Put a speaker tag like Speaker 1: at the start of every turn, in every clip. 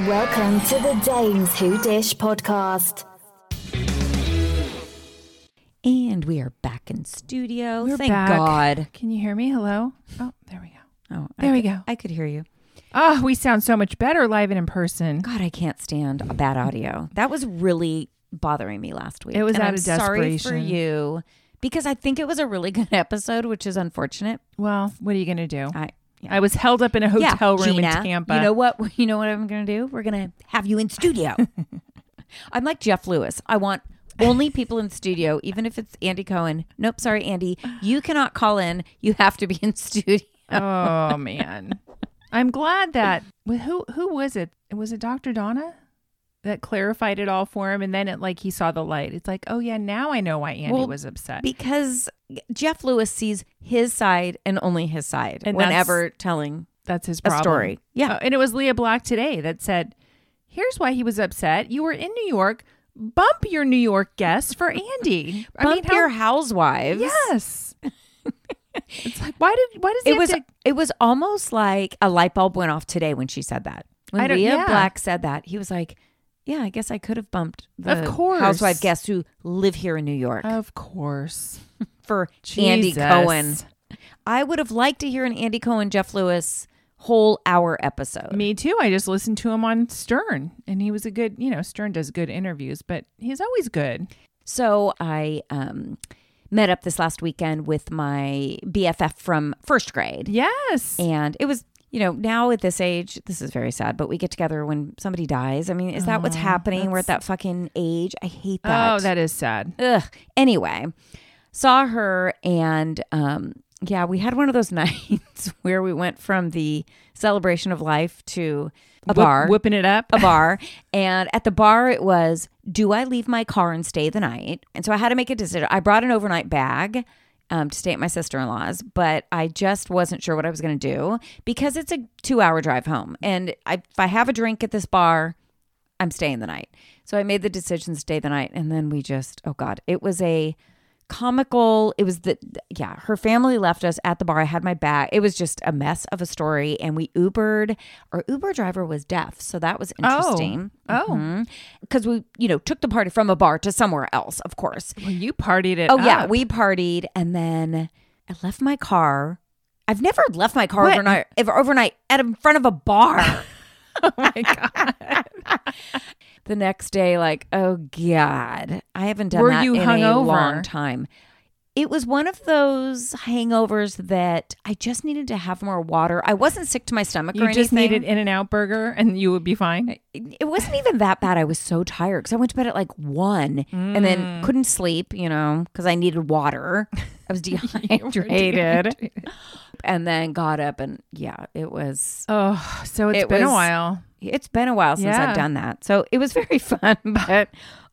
Speaker 1: Welcome to the Dames Who Dish podcast.
Speaker 2: And we are back in studio.
Speaker 3: We're
Speaker 2: Thank
Speaker 3: back.
Speaker 2: God.
Speaker 3: Can you hear me? Hello? Oh, there we go.
Speaker 2: Oh, I
Speaker 3: There we
Speaker 2: could-
Speaker 3: go.
Speaker 2: I could hear you.
Speaker 3: Oh, we sound so much better live and in person.
Speaker 2: God, I can't stand a bad audio. That was really bothering me last week.
Speaker 3: It was
Speaker 2: and
Speaker 3: out
Speaker 2: I'm
Speaker 3: of
Speaker 2: sorry for
Speaker 3: desperation.
Speaker 2: you because I think it was a really good episode, which is unfortunate.
Speaker 3: Well, what are you going to do?
Speaker 2: I
Speaker 3: I was held up in a
Speaker 2: yeah,
Speaker 3: hotel room
Speaker 2: Gina,
Speaker 3: in Tampa.
Speaker 2: You know what? You know what I'm going to do? We're going to have you in studio. I'm like Jeff Lewis. I want only people in studio, even if it's Andy Cohen. Nope, sorry, Andy. You cannot call in. You have to be in studio.
Speaker 3: oh man. I'm glad that with who who was it? Was it Dr. Donna that clarified it all for him and then it like he saw the light. It's like, "Oh yeah, now I know why Andy
Speaker 2: Well,
Speaker 3: was upset."
Speaker 2: Because Jeff Lewis sees his side and only his side
Speaker 3: And that's
Speaker 2: whenever telling
Speaker 3: That's his
Speaker 2: a
Speaker 3: problem.
Speaker 2: story. Yeah.
Speaker 3: Uh, and it was Leah Black today that said, "Here's why he was upset. You were in New York. Bump your New York guest for Andy. I
Speaker 2: Bump
Speaker 3: mean, how
Speaker 2: your housewives.
Speaker 3: Yes. it's like why did why does he
Speaker 2: It
Speaker 3: have
Speaker 2: was
Speaker 3: to-
Speaker 2: it was almost like a light bulb went off today when she said that. When
Speaker 3: I don't-
Speaker 2: Leah
Speaker 3: yeah.
Speaker 2: Black said that, he was like, "Yeah, I guess I could have bumped the
Speaker 3: Of course.
Speaker 2: housewife guests who live here in New York
Speaker 3: Of course.
Speaker 2: for Andy
Speaker 3: Jesus.
Speaker 2: Cohen. I would have liked to hear an Andy Cohen Jeff Lewis whole hour episode.
Speaker 3: Me too. I just listened to him on Stern and he was a good, you know, Stern does good interviews, but he's always good.
Speaker 2: So I um, met up this last weekend with my BFF from first grade.
Speaker 3: Yes.
Speaker 2: And it was, you know, now at this age, this is very sad, but we get together when somebody dies. I mean, is that what's happening? We're at that fucking age. I hate that.
Speaker 3: oh, that is sad.
Speaker 2: Ugh. Anyway, saw her and um yeah, we had one of those nights where we went from the celebration of life to a
Speaker 3: Whoop-
Speaker 2: bar
Speaker 3: whipping it up.
Speaker 2: a bar and at the bar it was do i leave my car and stay the night and so i had to make a decision i brought an overnight bag um, to stay at my sister-in-law's but i just wasn't sure what i was going to do because it's a two-hour drive home and I, if i have a drink at this bar i'm staying the night so i made the decision to stay the night and then we just oh god it was a comical it was the yeah her family left us at the bar i had my bag it was just a mess of a story and we ubered our uber driver was deaf so that was interesting
Speaker 3: Oh.
Speaker 2: Mm-hmm. because we you know took the party from a bar to somewhere else of course
Speaker 3: Well, you partied it
Speaker 2: oh yeah
Speaker 3: up.
Speaker 2: we partied and then i left my car i've never left my car
Speaker 3: What?
Speaker 2: overnight ever- overnight at in front of a bar
Speaker 3: oh my god.
Speaker 2: the next day like oh god i haven't done
Speaker 3: Were
Speaker 2: that
Speaker 3: you
Speaker 2: in a
Speaker 3: hungover?
Speaker 2: long time it was one of those hangovers that i just needed to have more water i wasn't sick to my stomach
Speaker 3: You
Speaker 2: or
Speaker 3: just
Speaker 2: anything
Speaker 3: needed In and Out Burger and you would be fine.
Speaker 2: it wasn't even that bad. I was so tired because I went to bed at like one and then couldn't sleep, you know, because I needed water. I was dehydrated and then got up and yeah, it was,
Speaker 3: Oh, so it's
Speaker 2: It
Speaker 3: been
Speaker 2: was-
Speaker 3: a while.
Speaker 2: it's been a while since
Speaker 3: Yeah.
Speaker 2: I've done that. So it was very fun, but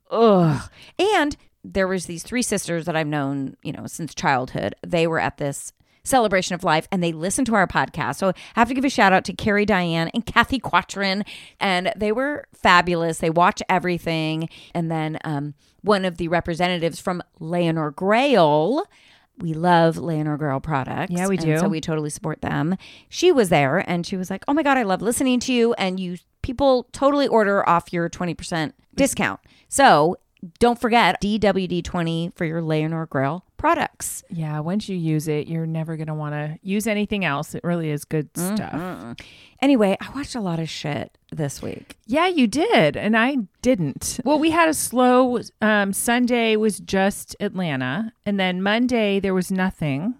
Speaker 2: ugh. And there was these three sisters that I've known, you know, since childhood. They were at this celebration of life and they listened to our podcast. So I have to give a shout out to Carrie Diane and Kathy Quatrin. And they were fabulous. They watch everything. And then um, one of the representatives from Leonor Grail. We love Leonor Grail products.
Speaker 3: Yeah, we
Speaker 2: and
Speaker 3: do.
Speaker 2: so we totally support them. She was there and she was like, Oh my God, I love listening to you. And you people totally order off your 20% discount. So don't forget DWD20 for your Leonor Grail products.
Speaker 3: Yeah, once you use it, you're never going to want to use anything else. It really is good stuff.
Speaker 2: Anyway, I watched a lot of shit this week.
Speaker 3: Yeah, you did, and I didn't. Well, we had a slow um, Sunday was just Atlanta, and then Monday there was nothing.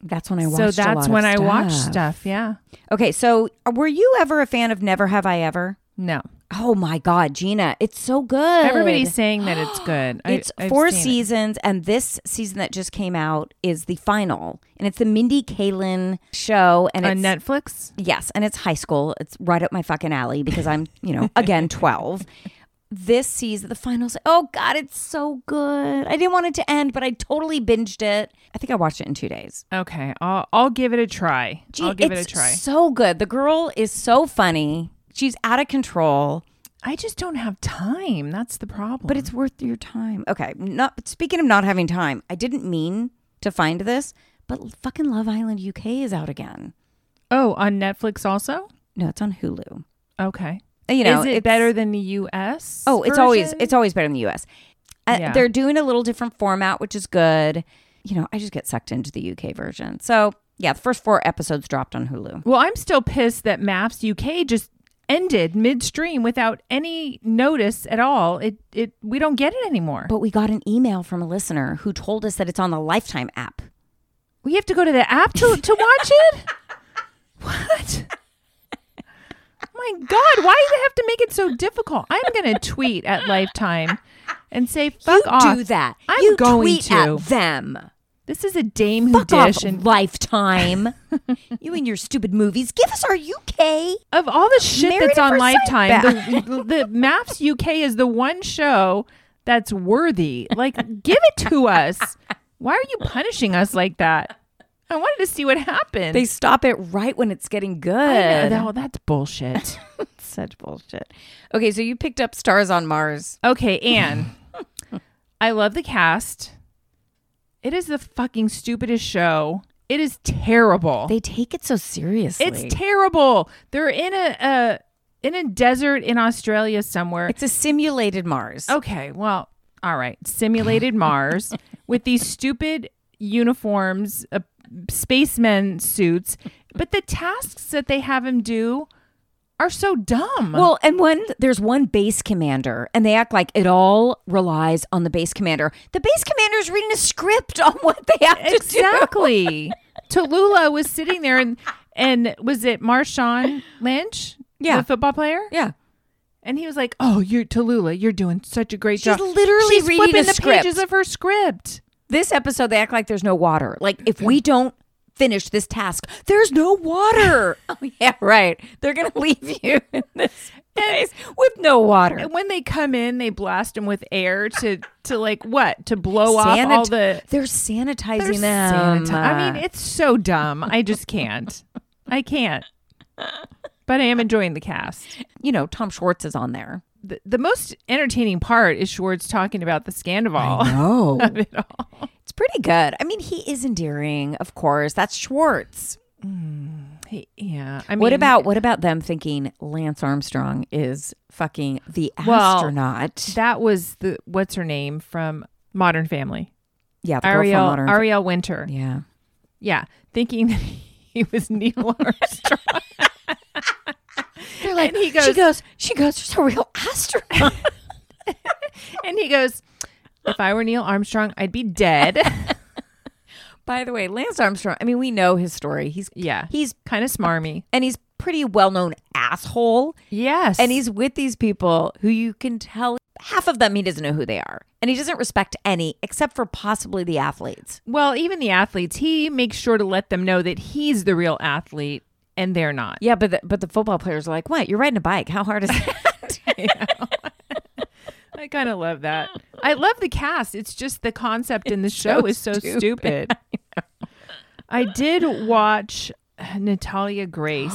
Speaker 2: That's when I watched
Speaker 3: So
Speaker 2: a
Speaker 3: that's
Speaker 2: lot of
Speaker 3: when I watched
Speaker 2: stuff.
Speaker 3: stuff. Yeah,
Speaker 2: Okay, so uh, were you ever a fan of Never Have I Ever?
Speaker 3: no,
Speaker 2: Oh my God, Gina, it's so good.
Speaker 3: everybody's saying that it's good. I-
Speaker 2: It's
Speaker 3: I've
Speaker 2: four
Speaker 3: seen it.
Speaker 2: seasons, and this season that just came out is the final, and it's the Mindy Kaling show, and
Speaker 3: on
Speaker 2: it's
Speaker 3: Netflix.
Speaker 2: yes, and it's high school. It's right up my fucking alley because I'm, you know, again twelve. This season, the finals. Oh God, it's so good. I didn't want it to end, but I totally binged it. I think I watched it in two days.
Speaker 3: Okay, I'll I'll give it a try.
Speaker 2: Gee,
Speaker 3: I'll give it a
Speaker 2: it's
Speaker 3: try.
Speaker 2: So good. The girl is so funny. She's out of control.
Speaker 3: I just don't have time. That's the problem.
Speaker 2: But it's worth your time. Okay. Not speaking of not having time, I didn't mean to find this, but fucking Love Island UK is out again.
Speaker 3: oh, on Netflix also.
Speaker 2: No, it's on Hulu.
Speaker 3: Okay,
Speaker 2: you know,
Speaker 3: is it
Speaker 2: it's-
Speaker 3: better than the U.S.?
Speaker 2: Oh, it's always
Speaker 3: version?
Speaker 2: it's always better in the U.S. Uh,
Speaker 3: Yeah.
Speaker 2: They're doing a little different format, which is good. You know, I just get sucked into the UK version. So yeah, the first four episodes dropped on Hulu.
Speaker 3: Well, I'm still pissed that Maps UK just ended midstream without any notice at all. It it we don't get it anymore.
Speaker 2: But we got an email from a listener who told us that it's on the Lifetime app.
Speaker 3: we have to go to the app to to watch it. what? My God, why do they have to make it so difficult? I'm gonna tweet at Lifetime and say fuck
Speaker 2: you
Speaker 3: off.
Speaker 2: do that.
Speaker 3: I'm
Speaker 2: you
Speaker 3: going
Speaker 2: tweet
Speaker 3: to.
Speaker 2: at them.
Speaker 3: This is a dame who
Speaker 2: Fuck off,
Speaker 3: dish and
Speaker 2: Lifetime. you and your stupid movies. Give us our UK.
Speaker 3: of all the shit
Speaker 2: Married
Speaker 3: that's
Speaker 2: at
Speaker 3: on
Speaker 2: First Sight
Speaker 3: Lifetime, the, the Maps UK is the one show that's worthy. Like, give it to us. Why are you punishing us like that? I wanted to see what happened.
Speaker 2: They stop it right when it's getting
Speaker 3: I
Speaker 2: good.
Speaker 3: know, no, that's bullshit.
Speaker 2: Such bullshit. Okay, so you picked up Stars on Mars.
Speaker 3: okay, Anne. I love the cast. It is the fucking stupidest show. It is terrible.
Speaker 2: They take it so seriously.
Speaker 3: it's terrible. They're in a, a in a desert in Australia somewhere.
Speaker 2: It's a simulated Mars.
Speaker 3: Okay, well, all right. Simulated Mars with these stupid uniforms, uh, spacemen suits, but the tasks that they have him do are so dumb.
Speaker 2: Well, and one there's one base commander, and they act like it all relies on the base commander. The base commander is reading a script on what they have to do.
Speaker 3: exactly. Tallulah was sitting there and and was it Marshawn Lynch?
Speaker 2: Yeah.
Speaker 3: The football player?
Speaker 2: Yeah,
Speaker 3: And he was like, "Oh, you're Tallulah. You're doing such a great
Speaker 2: She's
Speaker 3: job."
Speaker 2: literally
Speaker 3: She's
Speaker 2: reading
Speaker 3: flipping
Speaker 2: a
Speaker 3: the
Speaker 2: script.
Speaker 3: pages of her script.
Speaker 2: this episode they act like there's no water. Like if we don't finish this task, there's no water. oh yeah, right. They're gonna leave you in this place with no water.
Speaker 3: And when they come in, they blast them with air to to like what to blow off
Speaker 2: Sanit-
Speaker 3: all the.
Speaker 2: they're sanitizing
Speaker 3: They're
Speaker 2: them. Uh,
Speaker 3: sanit- I mean, it's so dumb. I just can't. I can't. But I am enjoying the cast.
Speaker 2: you know, Tom Schwartz is on there.
Speaker 3: The, the most entertaining part is Schwartz talking about the Scandival.
Speaker 2: Oh,
Speaker 3: of it all.
Speaker 2: it's pretty good. I mean, he is endearing, of course. That's Schwartz.
Speaker 3: Yeah. I mean,
Speaker 2: what about what about them thinking Lance Armstrong is fucking the
Speaker 3: Well,
Speaker 2: astronaut?
Speaker 3: that? Was the what's her name from Modern Family?
Speaker 2: yeah, the girl from
Speaker 3: Ariel
Speaker 2: Modern-
Speaker 3: Ariel Winter. Yeah.
Speaker 2: yeah,
Speaker 3: thinking that he was Neil Armstrong.
Speaker 2: they're like
Speaker 3: And he goes-
Speaker 2: she goes she goes she's a real astronaut.
Speaker 3: and he goes, "If I were Neil Armstrong, I'd be dead."
Speaker 2: By the way, Lance Armstrong. I mean, we know his story. He's
Speaker 3: yeah,
Speaker 2: he's
Speaker 3: kind of smarmy.
Speaker 2: and he's pretty well known asshole.
Speaker 3: Yes,
Speaker 2: And he's with these people who you can tell half of them he doesn't know who they are, and he doesn't respect any except for possibly the athletes.
Speaker 3: Well, even the athletes, he makes sure to let them know that he's the real athlete and they're not.
Speaker 2: Yeah, but the, but the football players are like, "What? You're riding a bike? How hard is that?"
Speaker 3: I kind of love that. I love the cast. It's just the concept in the show is so stupid. I did watch Natalia Grace,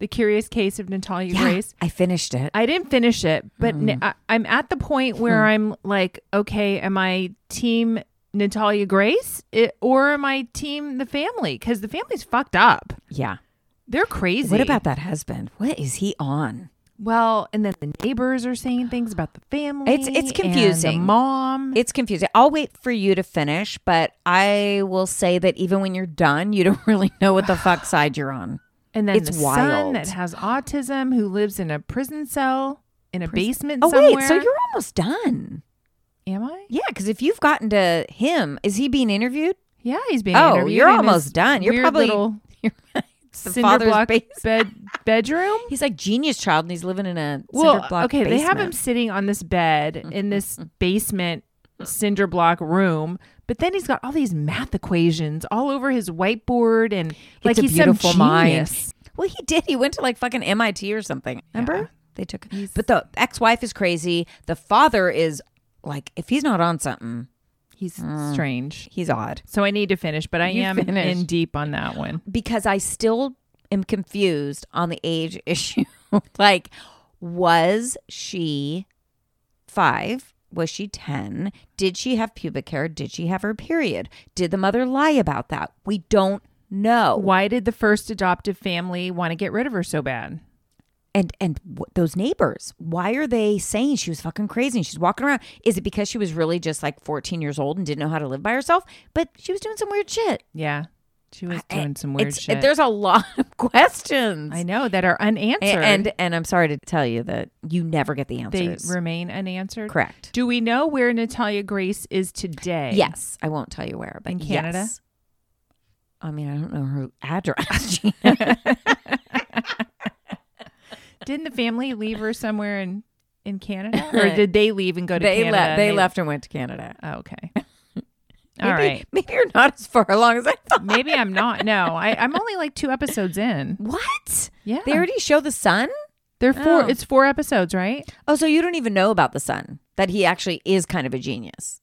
Speaker 3: The Curious Case of Natalia Grace.
Speaker 2: I finished it.
Speaker 3: I didn't finish it, but n
Speaker 2: Hmm.
Speaker 3: I, I'm at the point where I'm like, okay, am I team Natalia Grace i or am I team the family? Because the family's fucked up.
Speaker 2: Yeah.
Speaker 3: They're crazy.
Speaker 2: What about that husband? What is he on?
Speaker 3: Well, and then the neighbors are saying things about the family.
Speaker 2: It's- it's
Speaker 3: and the
Speaker 2: confusing.
Speaker 3: mom.
Speaker 2: It's confusing. I'll wait for you to finish, but I will say that even when you're done, you don't really know what the fuck side you're on.
Speaker 3: and then
Speaker 2: it's
Speaker 3: the son
Speaker 2: wild.
Speaker 3: that has autism who lives in a prison cell in a basement
Speaker 2: Oh
Speaker 3: somewhere.
Speaker 2: wait, so you're almost done.
Speaker 3: Am I?
Speaker 2: Yeah, because if you've gotten to him, is he being interviewed?
Speaker 3: Yeah, he's being
Speaker 2: Oh,
Speaker 3: interviewed
Speaker 2: you're
Speaker 3: in this
Speaker 2: almost done. You're
Speaker 3: weird
Speaker 2: probably-
Speaker 3: little
Speaker 2: the
Speaker 3: cinder
Speaker 2: father's
Speaker 3: block
Speaker 2: base-
Speaker 3: bed bedroom.
Speaker 2: He's like genius child, and he's living in a
Speaker 3: Well,
Speaker 2: cinder block
Speaker 3: okay, they have him
Speaker 2: basement.
Speaker 3: sitting on this bed in this basement cinder block room, but then he's got all these math equations all over his whiteboard and like
Speaker 2: a
Speaker 3: he's
Speaker 2: beautiful
Speaker 3: some
Speaker 2: mind.
Speaker 3: genius.
Speaker 2: Well, he did. He went to like fucking MIT or something. Remember?
Speaker 3: Yeah.
Speaker 2: They took. But the ex-wife is crazy. The father is like, if he's not on something,
Speaker 3: He's strange.
Speaker 2: he's odd.
Speaker 3: So I need to finish, but I
Speaker 2: Hmm. You
Speaker 3: am
Speaker 2: finish.
Speaker 3: in deep on that one.
Speaker 2: because I still am confused on the age issue. like, was she five? Was she 10? Did she have pubic hair? Did she have her period? Did the mother lie about that? We don't know.
Speaker 3: Why did the first adoptive family want to get rid of her so bad?
Speaker 2: and and w- those neighbors why are they saying she was fucking crazy and she's walking around is it because she was really just like 14 years old and didn't know how to live by herself but she was doing some weird shit
Speaker 3: Yeah. She was
Speaker 2: I-
Speaker 3: doing some weird
Speaker 2: it's-
Speaker 3: shit.
Speaker 2: there's a lot of questions
Speaker 3: I know that are unanswered.
Speaker 2: A- and, and i'm sorry to tell you that you never get the
Speaker 3: they
Speaker 2: answers
Speaker 3: remain unanswered.
Speaker 2: correct
Speaker 3: Do we know where Natalia Grace is today?
Speaker 2: yes i won't tell you where but
Speaker 3: In Canada?
Speaker 2: yes. i mean i don't know her address
Speaker 3: Didn't the family leave her somewhere in in Canada, or did they leave and go to
Speaker 2: they
Speaker 3: Canada?
Speaker 2: left
Speaker 3: and
Speaker 2: they left and went to canada
Speaker 3: Oh, okay. All
Speaker 2: maybe,
Speaker 3: right.
Speaker 2: maybe you're not as far along as i thought
Speaker 3: Maybe I'm not. No, I, I'm only like two episodes in.
Speaker 2: what
Speaker 3: Yeah,
Speaker 2: they already show the sun
Speaker 3: They're four.
Speaker 2: Oh.
Speaker 3: It's four episodes, right?
Speaker 2: Oh, so you don't even know about the son that he actually is kind of a genius.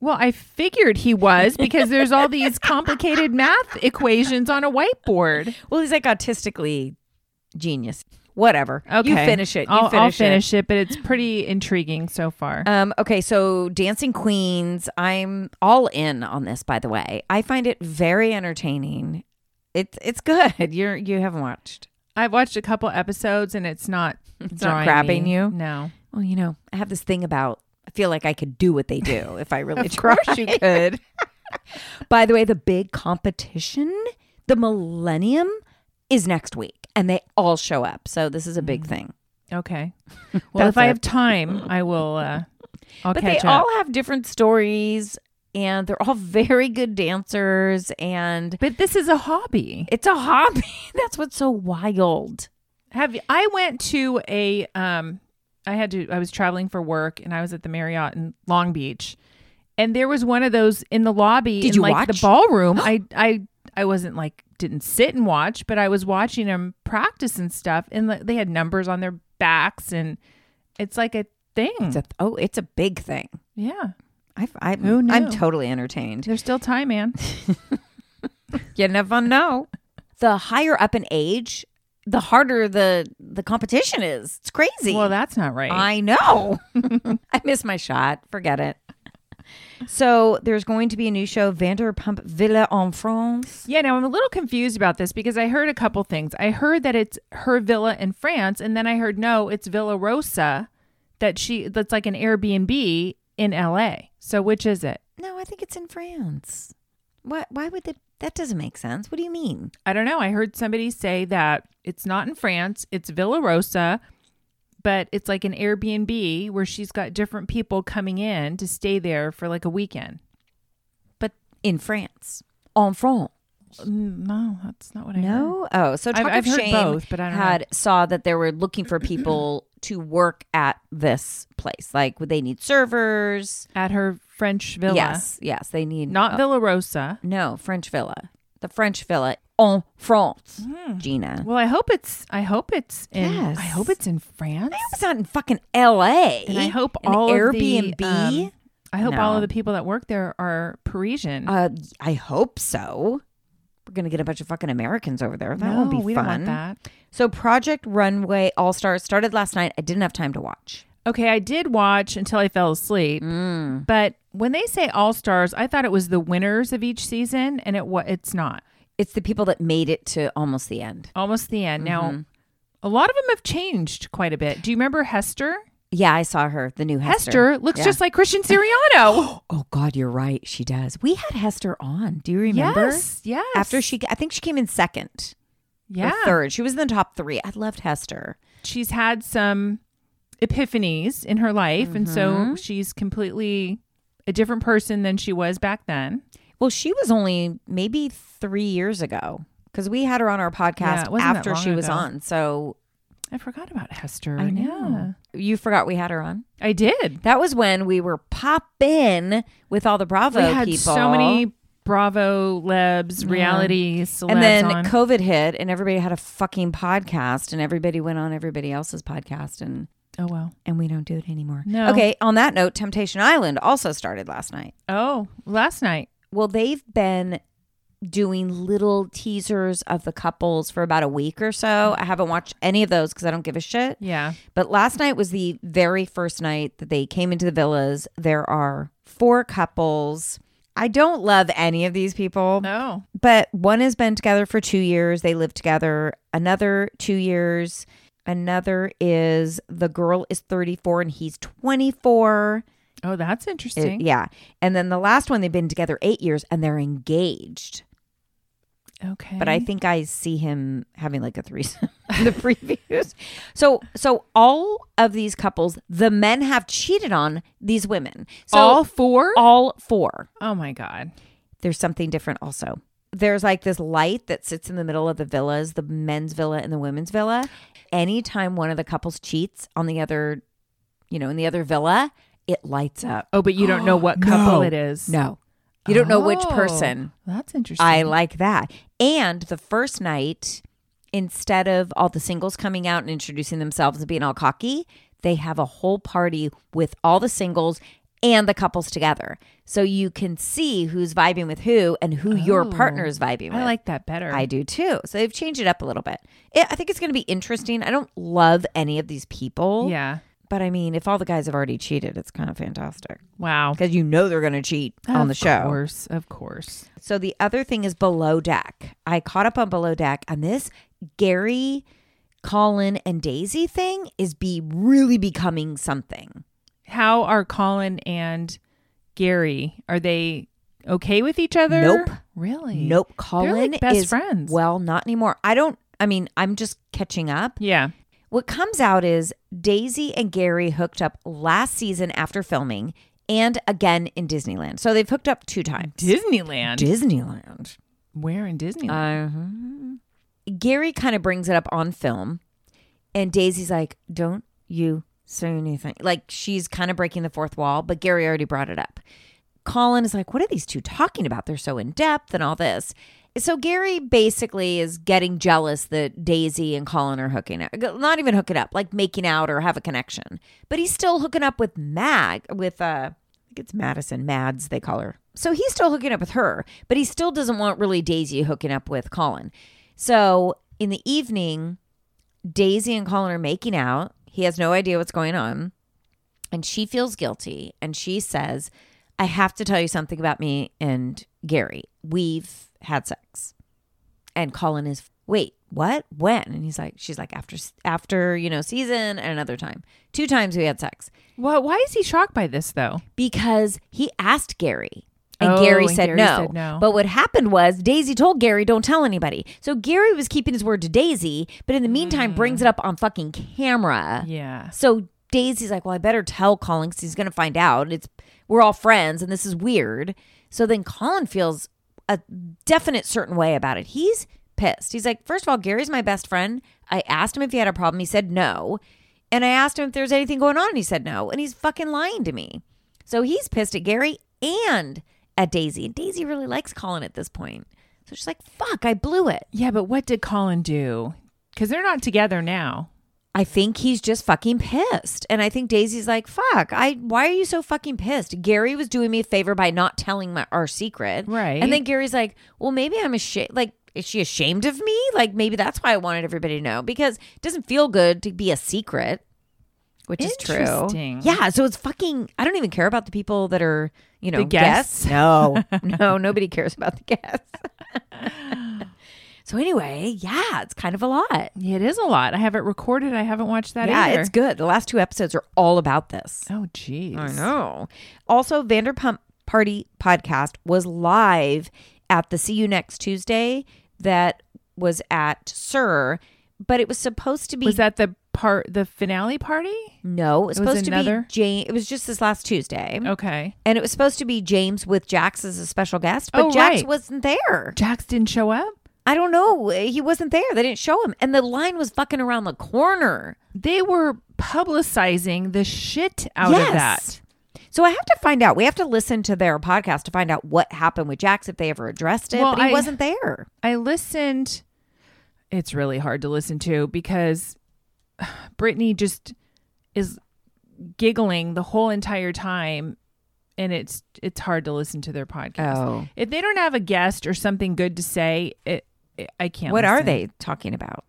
Speaker 3: Well, I figured he was because there's all these complicated math equations on a whiteboard.
Speaker 2: Well, he's like autistically genius. Whatever.
Speaker 3: Okay,
Speaker 2: You finish it. You
Speaker 3: I'll,
Speaker 2: finish,
Speaker 3: I'll finish it. Uh, but it's pretty intriguing so far.
Speaker 2: it. Um, okay, so Dancing Queens, I'm all in on this, by the way. I find it very entertaining. It's it's good. You're you haven't watched.
Speaker 3: I've watched a couple episodes, and it's not. It's
Speaker 2: not grabbing you?
Speaker 3: No.
Speaker 2: Well, you know, I have this thing about I feel like I could do what they do if I really
Speaker 3: Of course you could.
Speaker 2: By the way, the big competition, the millennium, is next week, and they all show up. So this is a
Speaker 3: Mm.
Speaker 2: big thing.
Speaker 3: Okay. Well, if
Speaker 2: That's
Speaker 3: I
Speaker 2: it.
Speaker 3: have time, I will. Uh, I'll
Speaker 2: but they
Speaker 3: catch up.
Speaker 2: all have different stories, and they're all very good dancers, and
Speaker 3: but this is a hobby.
Speaker 2: it's a hobby. That's what's so wild.
Speaker 3: Have you, I went to a um I had to I was traveling for work and I was at the Marriott in Long Beach. And there was one of those in the lobby
Speaker 2: Did
Speaker 3: in
Speaker 2: you
Speaker 3: like the
Speaker 2: watch?
Speaker 3: ballroom. I I I wasn't like didn't sit and watch, but I was watching them practice and stuff and like, they had numbers on their backs and it's like a thing.
Speaker 2: It's a oh, it's a big thing.
Speaker 3: yeah.
Speaker 2: I, I,
Speaker 3: Who knew?
Speaker 2: I'm totally entertained.
Speaker 3: There's still time, man.
Speaker 2: You never know. the higher up in age, the harder the the competition is. It's crazy.
Speaker 3: well, that's not right.
Speaker 2: I know. I missed my shot. Forget it. So there's going to be a new show, Vanderpump Villa en France.
Speaker 3: Yeah, now I'm a little confused about this because I heard a couple things. I heard that it's her villa in France, and then I heard no, it's Villa Rosa, that she that's like an Airbnb in LA. So which is it?
Speaker 2: No, I think it's in France. Why? Why would that? That doesn't make sense. What do you mean?
Speaker 3: I don't know. I heard somebody say that it's not in France, it's Villa Rosa, but it's like an Airbnb where she's got different people coming in to stay there for like a weekend.
Speaker 2: But in France, en France.
Speaker 3: Mm, No, that's not what I heard.
Speaker 2: No. Oh, so
Speaker 3: I've-
Speaker 2: Talk
Speaker 3: I've
Speaker 2: of
Speaker 3: heard
Speaker 2: Shame
Speaker 3: both, but I don't know.
Speaker 2: had saw that they were looking for people to work at this place. Like, would they need servers?
Speaker 3: At her French villa.
Speaker 2: Yes, yes, they need uh,
Speaker 3: Not Villa Rosa.
Speaker 2: No, French Villa. The French Villa en France,
Speaker 3: Hmm.
Speaker 2: Gina.
Speaker 3: Well, I hope it's I hope it's in
Speaker 2: Yes.
Speaker 3: I hope it's in France.
Speaker 2: it's not in fucking L.A.
Speaker 3: And I hope
Speaker 2: An
Speaker 3: all
Speaker 2: Airbnb.
Speaker 3: Of the, um, I hope all
Speaker 2: No.
Speaker 3: of the people that work there are Parisian.
Speaker 2: uh, I hope so. We're gonna get a bunch of fucking Americans over there. That
Speaker 3: no,
Speaker 2: won't be
Speaker 3: we
Speaker 2: fun.
Speaker 3: don't want that.
Speaker 2: So Project Runway All Stars started last night. I didn't have time to watch.
Speaker 3: Okay, I did watch until I fell asleep.
Speaker 2: Mm.
Speaker 3: But when they say all stars, I thought it was the winners of each season, and it what it's not.
Speaker 2: It's the people that made it to almost the end.
Speaker 3: Almost the end
Speaker 2: Mm-hmm.
Speaker 3: now. A lot of them have changed quite a bit. Do you remember Hester?
Speaker 2: Yeah, I saw her. The new Hester,
Speaker 3: Hester, looks just like Christian Siriano.
Speaker 2: Oh God, you're right. She does. We had Hester on. Do you remember?
Speaker 3: yes, yes.
Speaker 2: After she, I think she came in second.
Speaker 3: yeah,
Speaker 2: or third. She was in the top three. I loved Hester.
Speaker 3: she's had some epiphanies in her life and
Speaker 2: Mm-hmm.
Speaker 3: so she's completely a different person than she was back then
Speaker 2: Well, she was only maybe three years ago because we had her on our
Speaker 3: Yeah,
Speaker 2: podcast
Speaker 3: it wasn't that
Speaker 2: after she
Speaker 3: long
Speaker 2: was
Speaker 3: ago.
Speaker 2: on. So
Speaker 3: i forgot about hester
Speaker 2: I know. you forgot we had her on.
Speaker 3: Yeah. i did
Speaker 2: That was when we were popping with all the Bravo
Speaker 3: we had
Speaker 2: people.
Speaker 3: so many bravo lebs reality celebs
Speaker 2: And then
Speaker 3: on.
Speaker 2: COVID hit, and everybody had a fucking podcast, and everybody went on everybody else's podcast, and
Speaker 3: oh wow
Speaker 2: and we don't do it anymore.
Speaker 3: No.
Speaker 2: Okay. On that note, Temptation Island also started last night.
Speaker 3: oh last night
Speaker 2: Well, they've been doing little teasers of the couples for about a week or so. I haven't watched any of those because I don't give a shit.
Speaker 3: yeah
Speaker 2: But last night was the very first night that they came into the villas. There are four couples. I don't love any of these people,
Speaker 3: no
Speaker 2: but one has been together for two years. They lived together another two years. Another is the girl is 34 and he's 24.
Speaker 3: Oh, that's
Speaker 2: It-
Speaker 3: interesting.
Speaker 2: yeah. And then the last one, they've been together eight years and they're engaged.
Speaker 3: Okay.
Speaker 2: But I think I see him having like a threesome in the previews. So, so all of these couples, the men have cheated on these women. So
Speaker 3: all four?
Speaker 2: all four.
Speaker 3: oh my god.
Speaker 2: there's something different also. There's like this light that sits in the middle of the villas, the men's villa and the women's villa. Anytime one of the couples cheats on the other, you know, in the other villa, it lights up.
Speaker 3: Oh, but you don't know what couple
Speaker 2: No.
Speaker 3: it is.
Speaker 2: No. You don't know which
Speaker 3: Oh,
Speaker 2: person.
Speaker 3: That's interesting.
Speaker 2: I like that. And the first night, instead of all the singles coming out and introducing themselves and being all cocky, they have a whole party with all the singles and the couples together. So you can see who's vibing with who and who your partner is vibing with.
Speaker 3: Oh, I like that better.
Speaker 2: I do too. So they've changed it up a little bit. It, I think it's going to be interesting. I don't love any of these people.
Speaker 3: Yeah.
Speaker 2: But I mean, if all the guys have already cheated, it's kind of fantastic
Speaker 3: Wow.
Speaker 2: because you know they're going to cheat on the show.
Speaker 3: Of course, of course.
Speaker 2: So the other thing is below deck. I caught up on below deck, and this Gary, Colin, and Daisy thing is be really becoming something.
Speaker 3: How are Colin and Gary? Are they okay with each other?
Speaker 2: Nope.
Speaker 3: Really?
Speaker 2: Nope, Colin
Speaker 3: best
Speaker 2: is
Speaker 3: friends.
Speaker 2: Well, not anymore. I don't. I mean, I'm just catching up.
Speaker 3: Yeah.
Speaker 2: What comes out is Daisy and Gary hooked up last season after filming, and again in Disneyland. So they've hooked up two times.
Speaker 3: Disneyland.
Speaker 2: Disneyland.
Speaker 3: Where in Disneyland?
Speaker 2: Uh-huh.
Speaker 3: Mm-hmm.
Speaker 2: Gary kind of brings it up on film, and Daisy's like, "Don't you say anything?" Like she's kind of breaking the fourth wall, but Gary already brought it up. Colin is like, "What are these two talking about? They're so in depth and all this." So Gary basically is getting jealous that Daisy and Colin are hooking up, not even hooking up, like making out or have a connection, but he's still hooking up with Mag with uh I think it's Madison, Mads, they call her. So he's still hooking up with her, but he still doesn't want really Daisy hooking up with Colin. So in the evening, Daisy and Colin are making out. He has no idea what's going on. And she feels guilty. And she says, I have to tell you something about me and Gary. We've had sex. And Colin is, wait, what? When? And he's like, she's like, after, after, you know, season and another time. Two times we had sex
Speaker 3: well, why is he shocked by this though?
Speaker 2: because he asked Gary. And
Speaker 3: Oh,
Speaker 2: Gary,
Speaker 3: and
Speaker 2: said,
Speaker 3: Gary
Speaker 2: no.
Speaker 3: said no.
Speaker 2: But what happened was Daisy told Gary, don't tell anybody. So Gary was keeping his word to Daisy, but in the meantime,
Speaker 3: Hmm.
Speaker 2: brings it up on fucking camera.
Speaker 3: Yeah.
Speaker 2: So Daisy's like, well, I better tell Colin because he's going to find out. It's We're all friends and this is weird. So then Colin feels a definite certain way about it. He's pissed. He's like, first of all, Gary's my best friend. I asked him if he had a problem. He said no. And I asked him if there's anything going on and he said no. And he's fucking lying to me. So he's pissed at Gary and at Daisy. And Daisy really likes Colin at this point. So she's like, fuck, I blew it.
Speaker 3: Yeah, but what did Colin do? Because they're not together now.
Speaker 2: I think he's just fucking pissed. And I think Daisy's like, fuck, I why are you so fucking pissed? Gary was doing me a favor by not telling my our secret.
Speaker 3: Right.
Speaker 2: And then Gary's like, well, maybe I'm ashamed like is she ashamed of me? Like maybe that's why I wanted everybody to know because it doesn't feel good to be a secret. Which is true.
Speaker 3: Interesting.
Speaker 2: Yeah. So it's fucking I don't even care about the people that are, you know,
Speaker 3: The guests.
Speaker 2: No. no, nobody cares about the guests. so anyway, yeah, it's kind of a lot.
Speaker 3: It is a lot. I have it recorded. I haven't watched that
Speaker 2: Yeah,
Speaker 3: either.
Speaker 2: it's good. The last two episodes are all about this.
Speaker 3: Oh, jeez.
Speaker 2: I know. Also, Vanderpump Party podcast was live at the See You Next Tuesday that was at Sir, but it was supposed to be
Speaker 3: Was that the part, the finale party?
Speaker 2: no, it was
Speaker 3: It was
Speaker 2: supposed
Speaker 3: another?
Speaker 2: to be James. It was just this last Tuesday,
Speaker 3: Okay.
Speaker 2: and it was supposed to be James with Jax as a special guest, but
Speaker 3: Oh,
Speaker 2: Jax
Speaker 3: right.
Speaker 2: wasn't there.
Speaker 3: Jax didn't show up.
Speaker 2: I don't know. He wasn't there. They didn't show him, and the line was fucking around the corner.
Speaker 3: They were publicizing the shit out of that.
Speaker 2: So I have to find out. We have to listen to their podcast to find out what happened with Jax if they ever addressed it.
Speaker 3: Well,
Speaker 2: but he
Speaker 3: I-
Speaker 2: wasn't there.
Speaker 3: I listened. It's really hard to listen to because Brittany just is giggling the whole entire time, and it's it's hard to listen to their podcast.
Speaker 2: Oh.
Speaker 3: If they don't have a guest or something good to say, it, it I can't.
Speaker 2: what are
Speaker 3: listen.
Speaker 2: they talking about?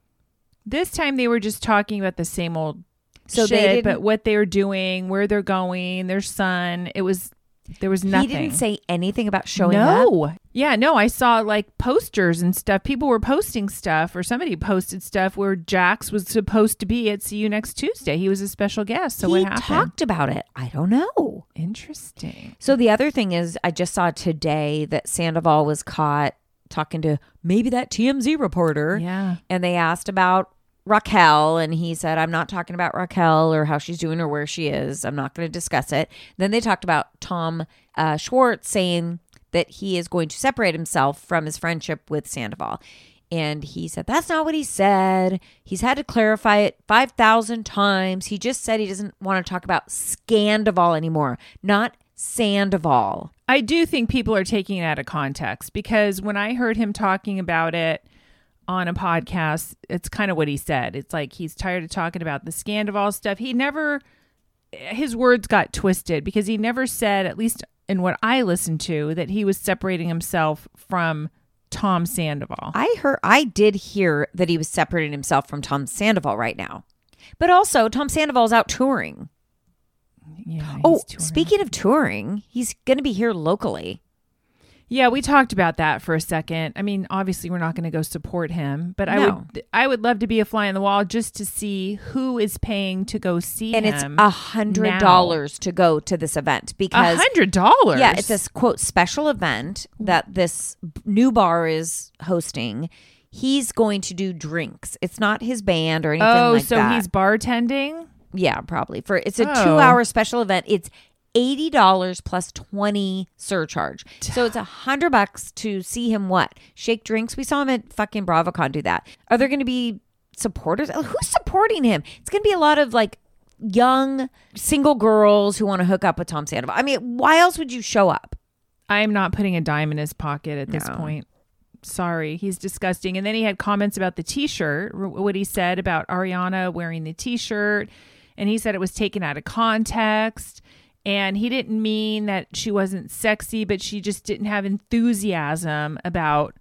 Speaker 3: This time they were just talking about the same old
Speaker 2: So they
Speaker 3: shit,
Speaker 2: didn't-
Speaker 3: but what they're doing, where they're going, their son. It was There was nothing.
Speaker 2: He didn't say anything about showing up.
Speaker 3: no. Yeah, no, I saw like posters and stuff. People were posting stuff, or somebody posted stuff where Jax was supposed to be at See You Next Tuesday. He was a special guest. So
Speaker 2: he
Speaker 3: what happened?
Speaker 2: talked about it. I don't know.
Speaker 3: Interesting.
Speaker 2: So the other thing is, I just saw today that Sandoval was caught talking to maybe that TMZ reporter.
Speaker 3: Yeah.
Speaker 2: And they asked about Raquel, and he said, I'm not talking about Raquel or how she's doing or where she is. I'm not going to discuss it. Then they talked about Tom uh, Schwartz saying that he is going to separate himself from his friendship with Sandoval. And he said, That's not what he said. He's had to clarify it 5,000 times. He just said he doesn't want to talk about Scandoval anymore, not Sandoval.
Speaker 3: I do think people are taking it out of context because when I heard him talking about it on a podcast, it's kind of what he said. It's like he's tired of talking about the Scandival stuff. He never, his words got twisted because he never said, at least in what I listened to, that he was separating himself from Tom Sandoval.
Speaker 2: I heard I did hear that he was separating himself from Tom Sandoval right now. But also Tom Sandoval's out touring.
Speaker 3: Yeah,
Speaker 2: oh,
Speaker 3: he's touring.
Speaker 2: speaking of touring, he's going to be here locally.
Speaker 3: Yeah, we talked about that for a second. I mean, obviously we're not going to go support him, but I
Speaker 2: No.
Speaker 3: would I would love to be a fly on the wall just to see who is paying to go see
Speaker 2: And it's
Speaker 3: him.
Speaker 2: a hundred dollars to go to this event
Speaker 3: A
Speaker 2: because
Speaker 3: hundred dollars.
Speaker 2: yeah, it's this quote special event that this b- new bar is hosting. He's going to do drinks. It's not his band or anything
Speaker 3: Oh,
Speaker 2: like
Speaker 3: so
Speaker 2: that.
Speaker 3: he's bartending?
Speaker 2: Yeah, probably. For it's a
Speaker 3: Oh.
Speaker 2: 2-hour special event. It's $80 plus 20 surcharge. So it's a 100 bucks to see him what? Shake drinks. We saw him at fucking BravoCon do that. Are there going to be supporters? Oh, Who's supporting him? It's going to be a lot of like young single girls who want to hook up with Tom Sandoval. I mean, why else would you show up?
Speaker 3: I'm not putting a dime in his pocket at this
Speaker 2: No.
Speaker 3: point. Sorry, he's disgusting. And then he had comments about the T-shirt. r- What he said about Ariana wearing the T-shirt, and he said it was taken out of context. And he didn't mean that she wasn't sexy, but she just didn't have enthusiasm about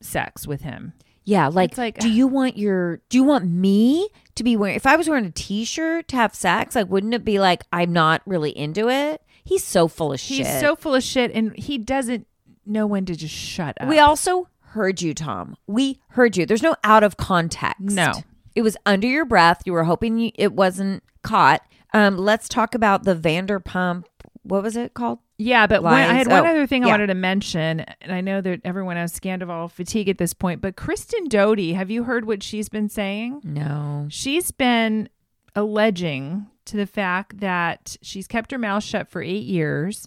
Speaker 3: sex with him.
Speaker 2: Yeah, like,
Speaker 3: It's like- uh,
Speaker 2: do you want your do you want me to be wearing if I was wearing a t-shirt to have sex, like wouldn't it be like I'm not really into it? He's so full of shit.
Speaker 3: He's so full of shit, and he doesn't know when to just shut up.
Speaker 2: We also heard you, Tom. We heard you. There's no out of context.
Speaker 3: No.
Speaker 2: It was under your breath. You were hoping you, it wasn't caught. Um, let's talk about the Vanderpump. What was it called?
Speaker 3: Yeah, but one, I
Speaker 2: lines.
Speaker 3: had one
Speaker 2: Oh,
Speaker 3: other thing I
Speaker 2: yeah.
Speaker 3: wanted to mention, and I know that everyone has Scandival fatigue at this point, but Kristen Doty, have you heard what she's been saying?
Speaker 2: No.
Speaker 3: She's been alleging to the fact that she's kept her mouth shut for eight years,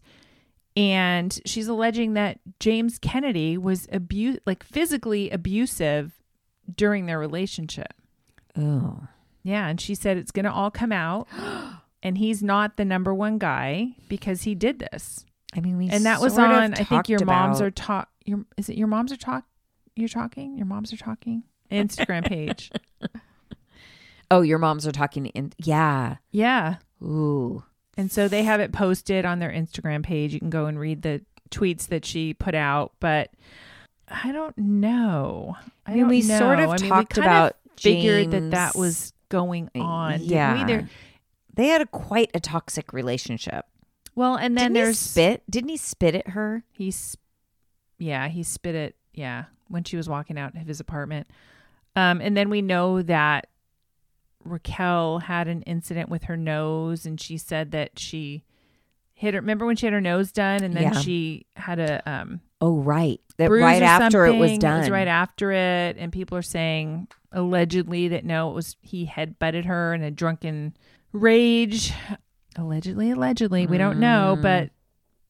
Speaker 3: and she's alleging that James Kennedy was abu- like physically abusive during their relationship.
Speaker 2: Oh.
Speaker 3: Yeah, and she said it's going to all come out, and he's not the number one guy because he did this
Speaker 2: I mean, we
Speaker 3: and that was
Speaker 2: sort of
Speaker 3: on i think
Speaker 2: talked
Speaker 3: your moms
Speaker 2: about-
Speaker 3: are talk your is it your moms are talk you're talking your moms are talking instagram page
Speaker 2: Oh, your moms are talking in. Yeah.
Speaker 3: yeah
Speaker 2: Ooh.
Speaker 3: and so they have it posted on their instagram page you can go and read the tweets that she put out but i don't know i,
Speaker 2: I mean,
Speaker 3: don't
Speaker 2: we
Speaker 3: know.
Speaker 2: sort of
Speaker 3: I mean, we
Speaker 2: talked
Speaker 3: kind of
Speaker 2: about
Speaker 3: figured that
Speaker 2: James-
Speaker 3: that was going on didn't we?
Speaker 2: Yeah.
Speaker 3: There-
Speaker 2: They had a quite a toxic relationship.
Speaker 3: well and
Speaker 2: Didn't
Speaker 3: then there's
Speaker 2: he spit. Didn't he spit at her?
Speaker 3: He, sp- yeah, he spit it. Yeah, when she was walking out of his apartment. Um, and then we know that Raquel had an incident with her nose, and she said that she hit her. Remember when she had her nose done, and then
Speaker 2: Yeah.
Speaker 3: she had a um,
Speaker 2: Oh, right. That
Speaker 3: bruise
Speaker 2: right
Speaker 3: or
Speaker 2: after it was
Speaker 3: something.
Speaker 2: done.
Speaker 3: right after it, and people are saying allegedly that no, it was he headbutted her in a drunken rage. Allegedly, allegedly, we don't know,
Speaker 2: Mm.
Speaker 3: but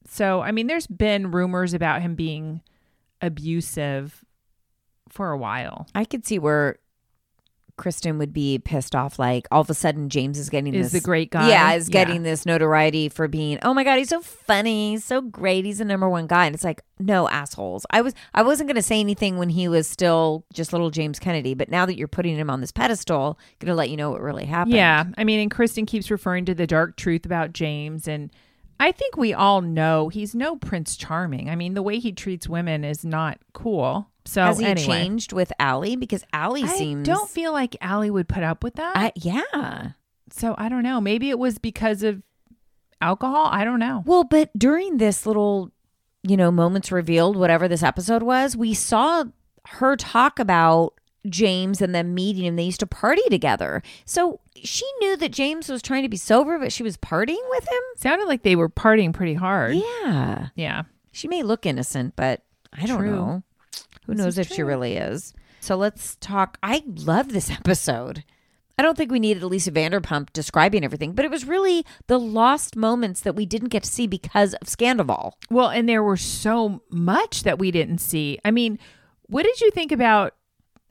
Speaker 3: so I mean, there's been rumors about him being abusive for a while.
Speaker 2: I could see where Kristen would be pissed off. Like all of a sudden, James is getting
Speaker 3: Is
Speaker 2: this
Speaker 3: the great guy.
Speaker 2: Yeah, is
Speaker 3: Yeah.
Speaker 2: getting this notoriety for being. Oh my god, he's so funny, he's so great. He's the number one guy, and it's like, no assholes. I was I wasn't gonna say anything when he was still just little James Kennedy, but now that you're putting him on this pedestal, gonna let you know what really happened.
Speaker 3: Yeah, I mean, and Kristen keeps referring to the dark truth about James, and I think we all know he's no Prince Charming. I mean, the way he treats women is not cool. So
Speaker 2: Has he
Speaker 3: anyway.
Speaker 2: changed with Allie? Because Allie
Speaker 3: I
Speaker 2: seems.
Speaker 3: don't feel like Allie would put up with that.
Speaker 2: I, yeah.
Speaker 3: so I don't know. Maybe it was because of alcohol? I don't know.
Speaker 2: Well, but during this little, you know, moments revealed, whatever this episode was, we saw her talk about James and them meeting and they used to party together. So she knew that James was trying to be sober, but she was partying with him.
Speaker 3: Sounded like they were partying pretty hard.
Speaker 2: Yeah.
Speaker 3: Yeah.
Speaker 2: She may look innocent, but I don't
Speaker 3: True.
Speaker 2: know. Who knows if she really is. So let's talk. I love this episode. I don't think we needed Elisa Vanderpump describing everything, but it was really the lost moments that we didn't get to see because of Scandival.
Speaker 3: Well, and there were so much that we didn't see. I mean, what did you think about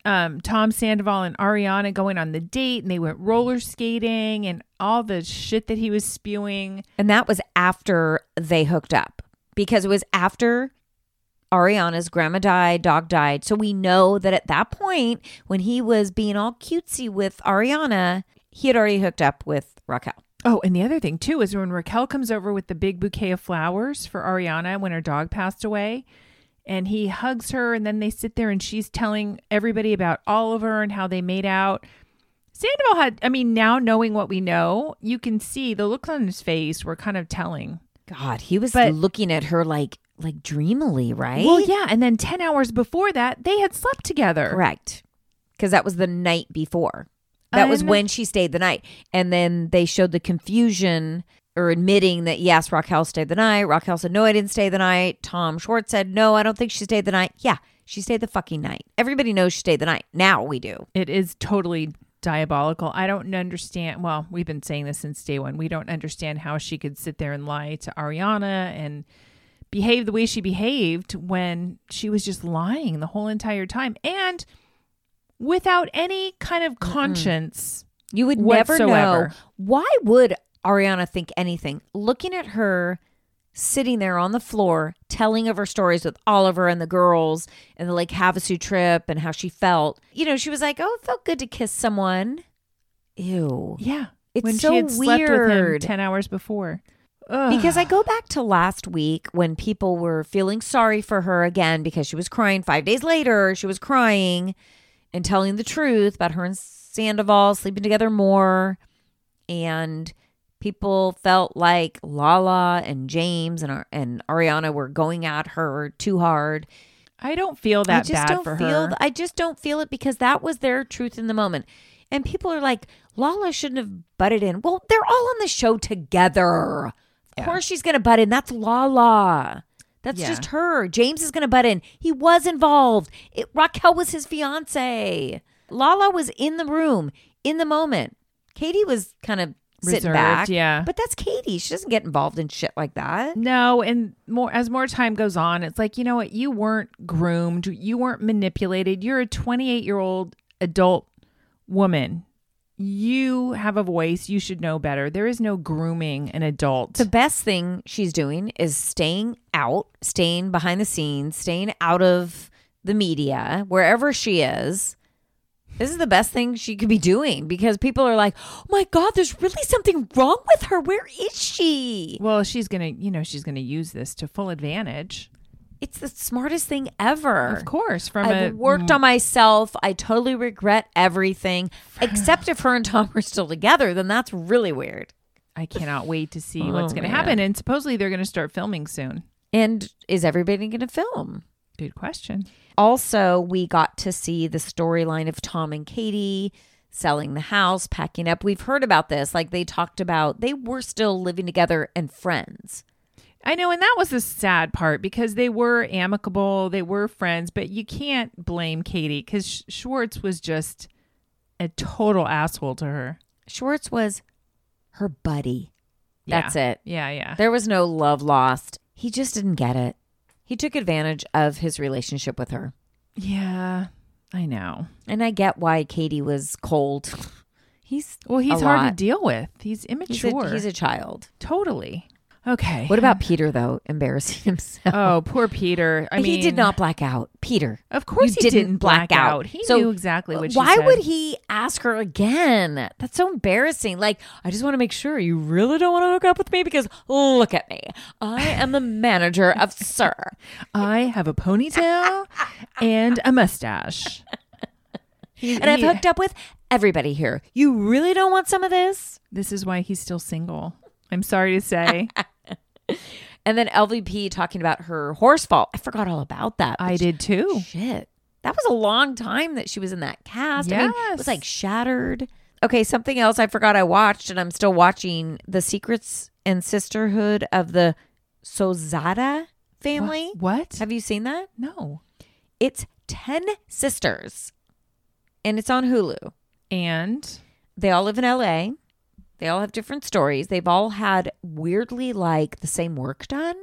Speaker 3: um, Tom Sandoval and Ariana going on the date and they went roller skating and all the shit that he was spewing?
Speaker 2: And that was after they hooked up because it was after Ariana's grandma died, dog died. So we know that at that point, when he was being all cutesy with Ariana, he had already hooked up with Raquel.
Speaker 3: Oh, and the other thing too is when Raquel comes over with the big bouquet of flowers for Ariana when her dog passed away, and he hugs her, and then they sit there and she's telling everybody about Oliver and how they made out. Sandoval had, I mean, now knowing what we know, you can see the looks on his face were kind of telling.
Speaker 2: God, he was
Speaker 3: But-
Speaker 2: looking at her like like dreamily, right?
Speaker 3: Well, yeah. And then 10 hours before that, they had slept together.
Speaker 2: Correct. Because that was the night before. That was
Speaker 3: Un-
Speaker 2: when she stayed the night. And then they showed the confusion or admitting that, yes, Raquel stayed the night. Raquel said, no, I didn't stay the night. Tom Schwartz said, no, I don't think she stayed the night. Yeah, she stayed the fucking night. Everybody knows she stayed the night. Now we do.
Speaker 3: It is totally diabolical. I don't understand. Well, we've been saying this since day one. We don't understand how she could sit there and lie to Ariana and behave the way she behaved when she was just lying the whole entire time and without any kind of conscience.
Speaker 2: You would never
Speaker 3: Whatsoever.
Speaker 2: know. Why would Ariana think anything? Looking at her sitting there on the floor telling of her stories with Oliver and the girls and the Lake Havasu trip and how she felt. You know, she was like, "Oh, it felt good to kiss someone." Ew.
Speaker 3: Yeah.
Speaker 2: It's
Speaker 3: when
Speaker 2: so
Speaker 3: she had slept with him
Speaker 2: weird.
Speaker 3: 10 hours before. Ugh.
Speaker 2: Because I go back to last week when people were feeling sorry for her again because she was crying 5 days later, she was crying and telling the truth about her and Sandoval sleeping together more and people felt like Lala and James and Ar- and Ariana were going at her too hard.
Speaker 3: I don't feel that
Speaker 2: I just
Speaker 3: bad
Speaker 2: don't
Speaker 3: for
Speaker 2: feel
Speaker 3: her.
Speaker 2: th- I just don't feel it because that was their truth in the moment. And people are like, Lala shouldn't have butted in. Well, they're all on the show together. Of course she's gonna butt in. That's Lala. That's
Speaker 3: Yeah.
Speaker 2: just her. James is gonna butt in. He was involved. It, Raquel was his fiance. Lala was in the room in the moment. Katie was kind of sitting
Speaker 3: Reserved,
Speaker 2: back.
Speaker 3: yeah.
Speaker 2: But that's Katie. She doesn't get involved in shit like that.
Speaker 3: No, and more as more time goes on, it's like, you know what, you weren't groomed, you weren't manipulated. You're a 28-year-old adult woman. You have a voice, you should know better. There is no grooming an adult.
Speaker 2: The best thing she's doing is staying out, staying behind the scenes, staying out of the media, wherever she is. This is the best thing she could be doing because people are like, oh my God, there's really something wrong with her. Where is she?
Speaker 3: well, she's going to, you know, she's going to use this to full advantage.
Speaker 2: It's the smartest thing ever.
Speaker 3: Of course, from
Speaker 2: I've
Speaker 3: a
Speaker 2: worked on myself. I totally regret everything, except if her and Tom are still together, then that's really weird.
Speaker 3: I cannot wait to see
Speaker 2: Oh,
Speaker 3: what's going to
Speaker 2: man.
Speaker 3: happen and supposedly they're going to start filming soon.
Speaker 2: And is everybody going to film?
Speaker 3: Good question.
Speaker 2: Also, we got to see the storyline of Tom and Katie selling the house, packing up. We've heard about this. Like they talked about, they were still living together and friends.
Speaker 3: I know, and that was the sad part because they were amicable, they were friends, but you can't blame Katie because Sh- Schwartz was just a total asshole to her.
Speaker 2: Schwartz was her buddy.
Speaker 3: Yeah.
Speaker 2: That's it.
Speaker 3: Yeah, yeah.
Speaker 2: There was no love lost. He just didn't get it. He took advantage of his relationship with her.
Speaker 3: Yeah, I know.
Speaker 2: And I get why Katie was cold. he's
Speaker 3: Well, he's
Speaker 2: a
Speaker 3: hard
Speaker 2: lot.
Speaker 3: to deal with. He's
Speaker 2: He's a-
Speaker 3: immature.
Speaker 2: he's a child.
Speaker 3: totally okay.
Speaker 2: What about Peter though? Embarrassing himself.
Speaker 3: Oh, poor Peter. I mean,
Speaker 2: he did not black out. Peter.
Speaker 3: Of course,
Speaker 2: you
Speaker 3: he didn't, black out. He
Speaker 2: So,
Speaker 3: knew exactly what. She
Speaker 2: Why
Speaker 3: said.
Speaker 2: would he ask her again? That's so embarrassing. Like, I just want to make sure you really don't want to hook up with me because look at me. I am the manager of Sir.
Speaker 3: I have a ponytail and a mustache,
Speaker 2: And I've hooked up with everybody here. You really don't want some of this?
Speaker 3: This is why he's still single. I'm sorry to say.
Speaker 2: And then LVP talking about her horse fall. I forgot all about that.
Speaker 3: I
Speaker 2: but
Speaker 3: did too.
Speaker 2: Shit. That was a long time that she was in that cast. I mean, it was
Speaker 3: Yes.
Speaker 2: like shattered. Okay, something else I forgot I watched, and I'm still watching The Secrets and Sisterhood of the Sozada family.
Speaker 3: What?
Speaker 2: Have you seen that?
Speaker 3: No.
Speaker 2: It's 10 sisters, and it's on Hulu.
Speaker 3: And
Speaker 2: They all live in LA. They all have different stories. They've all had weirdly like the same work done.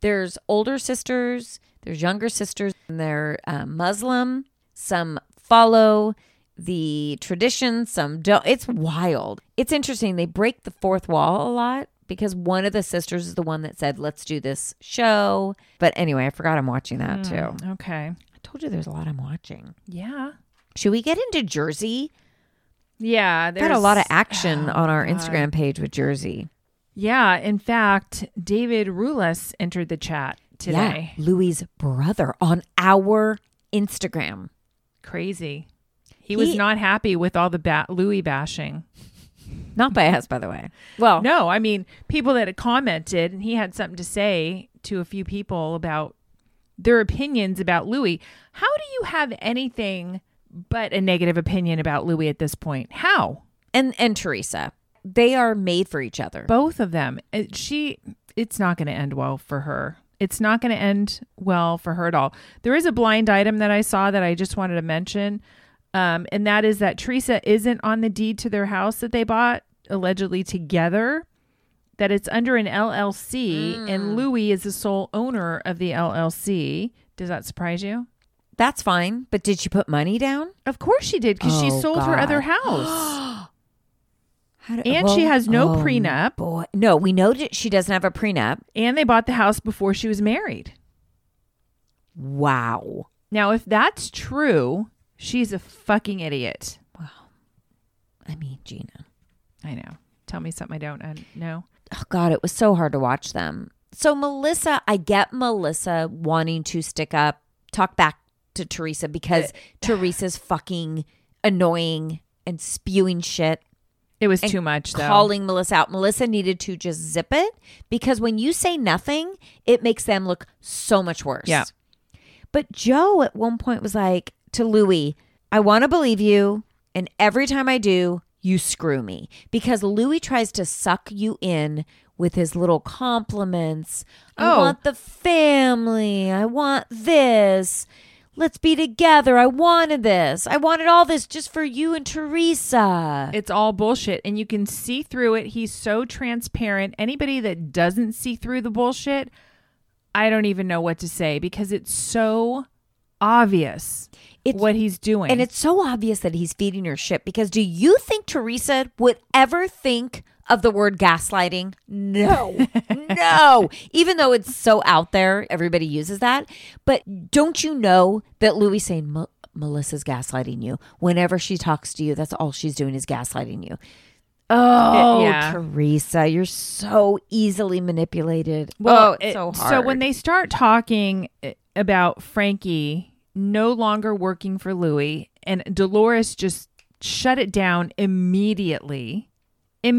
Speaker 2: There's older sisters, there's younger sisters, and they're uh, Muslim. Some follow the tradition, some don't. It's wild. It's interesting. They break the fourth wall a lot because one of the sisters is the one that said, let's do this show. But anyway, I forgot I'm watching that too.
Speaker 3: okay.
Speaker 2: I told you there's a lot I'm watching.
Speaker 3: Yeah.
Speaker 2: Should we get into Jersey?
Speaker 3: Yeah.
Speaker 2: Got a lot of action on our
Speaker 3: God.
Speaker 2: Instagram page with Jersey
Speaker 3: Yeah. In fact, David Rulis entered the chat today.
Speaker 2: Yeah, Louis' brother on our Instagram.
Speaker 3: Crazy. He,
Speaker 2: He-
Speaker 3: was not happy with all the ba- Louis bashing.
Speaker 2: Not by us, by the way. Oh. Well,
Speaker 3: No, I mean people that had commented, and he had something to say to a few people about their opinions about Louis. How do you have anything but a negative opinion about Louis at this point? How
Speaker 2: and and Teresa, they are made for each other.
Speaker 3: both of them? It, she, it's not going to end well for her. It's not going to end well for her at all. There is a blind item that I saw that I just wanted to mention, um, and that is that Teresa isn't on the deed to their house that they bought allegedly together. that it's under an LLC
Speaker 2: Hmm.
Speaker 3: and Louis is the sole owner of the LLC. Does that surprise you?
Speaker 2: That's fine, but did she put money down?
Speaker 3: Of course she did because she
Speaker 2: Oh,
Speaker 3: sold her
Speaker 2: God.
Speaker 3: other house.
Speaker 2: How do- oh
Speaker 3: And she has no prenup.
Speaker 2: Boy, no, we know that she doesn't have a prenup.
Speaker 3: and they bought the house before she was married.
Speaker 2: Wow.
Speaker 3: Now, if that's true, she's a fucking idiot.
Speaker 2: I mean, Gina.
Speaker 3: I know. Tell me something I don't un- know.
Speaker 2: oh god it was so hard to watch them so melissa i get melissa wanting to stick up talk back to teresa because teresa's fucking annoying and spewing shit
Speaker 3: It was
Speaker 2: and
Speaker 3: too much, though.
Speaker 2: calling melissa out melissa needed to just zip it because when you say nothing it makes them look so much worse
Speaker 3: Yeah.
Speaker 2: but joe at one point was like to louie i want to believe you and every time i do you screw me because louie tries to suck you in with his little compliments i
Speaker 3: Oh.
Speaker 2: want the family i want this let's be together i wanted this i wanted all this just for you and teresa
Speaker 3: It's all bullshit, and you can see through it. He's so transparent. Anybody that doesn't see through the bullshit, I don't even know what to say because it's so obvious
Speaker 2: It's-
Speaker 3: what he's doing.
Speaker 2: And it's so obvious that he's feeding her shit because do you think Teresa would ever think of the word gaslighting? No, no. Even though it's so out there, everybody uses that. But don't you know that Louis saying "Mel- Melissa's gaslighting you whenever she talks to you? That's all she's doing is gaslighting you. Oh,
Speaker 3: yeah.
Speaker 2: Teresa, you're so easily manipulated. oh, it's
Speaker 3: it-
Speaker 2: so hard.
Speaker 3: when they start talking uh, about Frankie no longer working for Louis, and Dolores just shut it down immediately.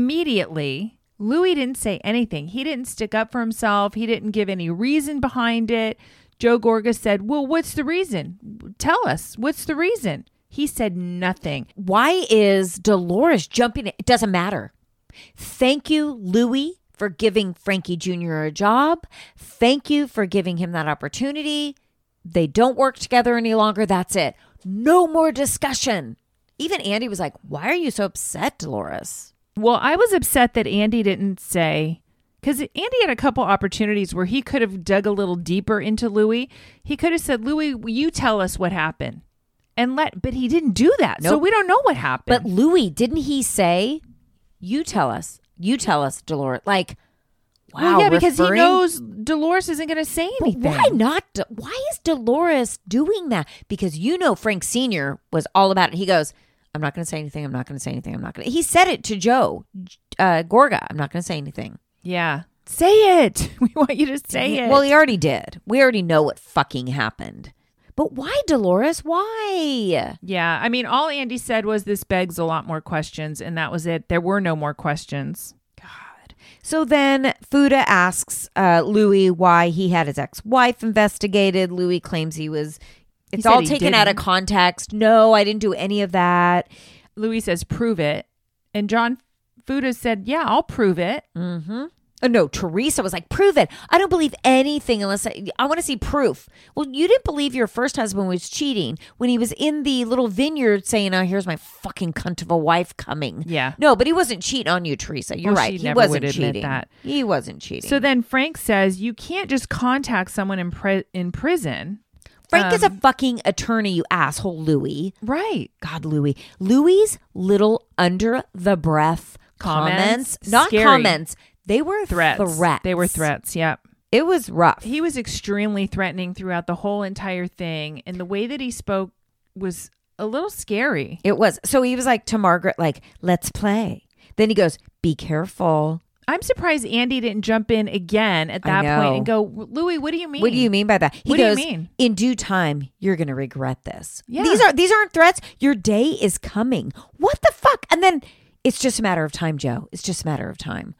Speaker 3: Immediately, Louis didn't say anything. He didn't stick up for himself. He didn't give any reason behind it. Joe Gorga said, "Well, what's the reason? Tell us. What's the reason?" He said nothing.
Speaker 2: Why is Dolores jumping? in? It doesn't matter. Thank you, Louie, for giving Frankie Jr. a job. Thank you for giving him that opportunity. They don't work together any longer. That's it. No more discussion. Even Andy was like, Why are you so upset, Dolores?
Speaker 3: Well, I was upset that Andy didn't say because Andy had a couple opportunities where he could have dug a little deeper into Louis. He could have said, "Louis, you tell us what happened," and let, but he didn't do that, so
Speaker 2: Nope.
Speaker 3: we don't know what
Speaker 2: But
Speaker 3: happened.
Speaker 2: Louie, didn't he say, You tell us, you tell us, Dolores? Like, wow.
Speaker 3: well, yeah, because he
Speaker 2: referring-
Speaker 3: knows Dolores isn't going to say
Speaker 2: But
Speaker 3: anything.
Speaker 2: why not? Do- Why is Dolores doing that? Because you know Frank Senior was all about it. He goes, "I'm not going to say anything. I'm not going to say anything. I'm not going." to He said it to Joe uh, Gorga. I'm not going to say anything.
Speaker 3: Yeah, say it. We want you to say it.
Speaker 2: Mm-hmm. Well, he already did. We already know what fucking happened. But why, Dolores? Why?
Speaker 3: yeah, I mean, all Andy said was, "This begs a lot more questions," and that was it. There were no more questions.
Speaker 2: God. So then Fuda asks uh, Louis why he had his ex wife investigated. Louis claims he was, it's
Speaker 3: said
Speaker 2: all
Speaker 3: he
Speaker 2: taken out of
Speaker 3: didn't.
Speaker 2: context. No, I didn't do any of that.
Speaker 3: Louis says, prove it. And John Fuda said, yeah, I'll prove it.
Speaker 2: Oh, no, Teresa was like, prove it. I don't believe anything unless I, I want to see proof. Well, you didn't believe your first husband was cheating when he was in the little vineyard saying, oh, here's my fucking cunt of a wife coming.
Speaker 3: Yeah.
Speaker 2: No, but he wasn't cheating on you, Teresa. You're
Speaker 3: Well,
Speaker 2: right.
Speaker 3: she
Speaker 2: He
Speaker 3: never
Speaker 2: wasn't
Speaker 3: would admit
Speaker 2: cheating.
Speaker 3: that.
Speaker 2: He wasn't cheating.
Speaker 3: So then Frank says, you can't just contact someone in, pri- in prison.
Speaker 2: Frank is a
Speaker 3: um,
Speaker 2: fucking attorney, you asshole, Louis.
Speaker 3: Right.
Speaker 2: God, Louis. Louis' little under the breath comments,
Speaker 3: Comments?
Speaker 2: not
Speaker 3: Scary.
Speaker 2: comments. They were
Speaker 3: Threats.
Speaker 2: Threats.
Speaker 3: They were threats. Yep.
Speaker 2: It was rough.
Speaker 3: He was extremely threatening throughout the whole entire thing. And the way that he spoke was a little scary.
Speaker 2: It was. So he was like to Margaret, like, let's play. Then he goes, be careful.
Speaker 3: I'm surprised Andy didn't jump in again at
Speaker 2: I
Speaker 3: that point and
Speaker 2: know.
Speaker 3: go, Louis, what do you mean?
Speaker 2: What do you mean by that? He
Speaker 3: What do you
Speaker 2: goes,
Speaker 3: mean?
Speaker 2: in due time, you're gonna regret this.
Speaker 3: Yeah.
Speaker 2: These are these aren't threats. Your day is coming. What the fuck? And then it's just a matter of time, Joe. It's just a matter of time.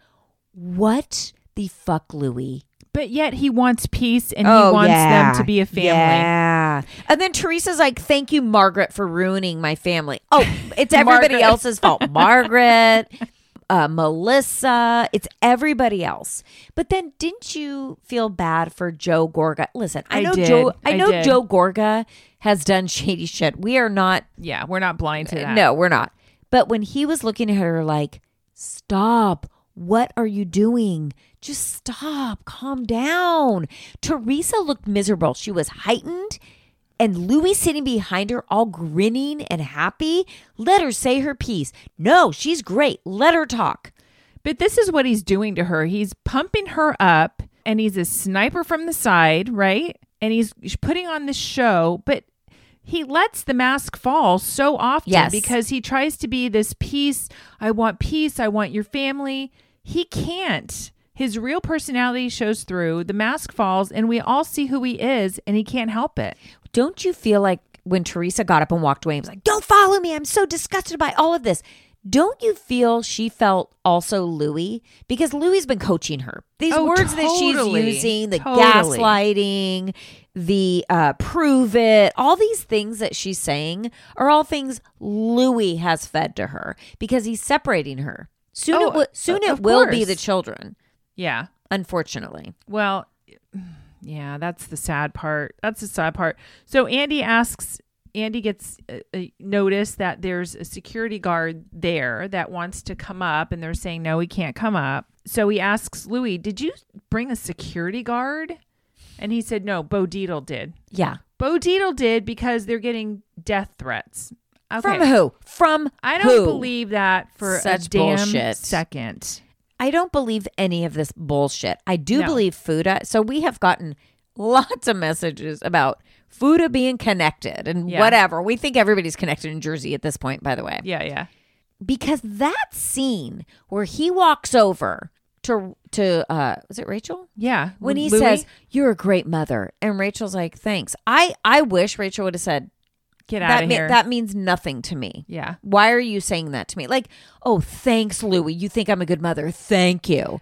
Speaker 2: What the fuck, Louis?
Speaker 3: But yet he wants peace and he wants them to be a family.
Speaker 2: Oh, Yeah. And then Teresa's like, "Thank you, Margaret, for ruining my family." Oh, it's everybody
Speaker 3: Margaret.
Speaker 2: else's fault. Margaret, uh, Melissa, it's everybody else. But then, didn't you feel bad for Joe Gorga? Listen, I
Speaker 3: I
Speaker 2: know
Speaker 3: did.
Speaker 2: Joe. I
Speaker 3: I
Speaker 2: know
Speaker 3: did.
Speaker 2: Joe Gorga has done shady shit. We are not.
Speaker 3: Yeah, we're not blind to that.
Speaker 2: Uh, No, we're not. But when he was looking at her like, stop. What are you doing? Just stop. Calm down. Teresa looked miserable. She was heightened. And Louis sitting behind her, all grinning and happy. Let her say her piece. No, she's great. Let her talk.
Speaker 3: But this is what he's doing to her. He's pumping her up and he's a sniper from the side, right? And he's putting on this show, but he lets the mask fall so often
Speaker 2: Yes.
Speaker 3: because he tries to be this peace. I want peace. I want your family. He can't. His real personality shows through. The mask falls, and we all see who he is, and he can't help it.
Speaker 2: Don't you feel like when Teresa got up and walked away and was like, don't follow me. I'm so disgusted by all of this. Don't you feel she felt also Louis? Because Louis's been coaching her. These
Speaker 3: Oh,
Speaker 2: words that
Speaker 3: totally.
Speaker 2: she's using, the
Speaker 3: Totally.
Speaker 2: gaslighting, the uh, prove it, all these things that she's saying are all things Louis has fed to her because he's separating her. Soon
Speaker 3: Oh,
Speaker 2: it, will soon
Speaker 3: uh,
Speaker 2: it
Speaker 3: of
Speaker 2: will be
Speaker 3: course.
Speaker 2: the children,
Speaker 3: Yeah.
Speaker 2: unfortunately.
Speaker 3: Well, yeah, that's the sad part. That's the sad part. So Andy asks, Andy gets a, a notice that there's a security guard there that wants to come up, and they're saying, no, he can't come up. So he asks Louis, did you bring a security guard? And he said, no, Bo Deedle did.
Speaker 2: Yeah.
Speaker 3: Bo Deedle did because they're getting death threats. Okay.
Speaker 2: From who? From
Speaker 3: I don't
Speaker 2: who?
Speaker 3: believe that for
Speaker 2: Such
Speaker 3: a damn
Speaker 2: bullshit.
Speaker 3: second.
Speaker 2: I don't believe any of this bullshit. I do
Speaker 3: No.
Speaker 2: believe Fuda. So we have gotten lots of messages about Fuda being connected and
Speaker 3: Yeah.
Speaker 2: whatever. We think everybody's connected in Jersey at this point, by the way.
Speaker 3: Yeah, yeah.
Speaker 2: Because that scene where he walks over to to uh was it Rachel?
Speaker 3: Yeah.
Speaker 2: When he
Speaker 3: Louis?
Speaker 2: says, You're a great mother and Rachel's like, Thanks. I I wish Rachel would have said
Speaker 3: get out
Speaker 2: that
Speaker 3: of
Speaker 2: mea-
Speaker 3: here.
Speaker 2: that means nothing to me.
Speaker 3: yeah.
Speaker 2: Why are you saying that to me? Like, oh, thanks, Louie. You think I'm a good mother. Thank you. And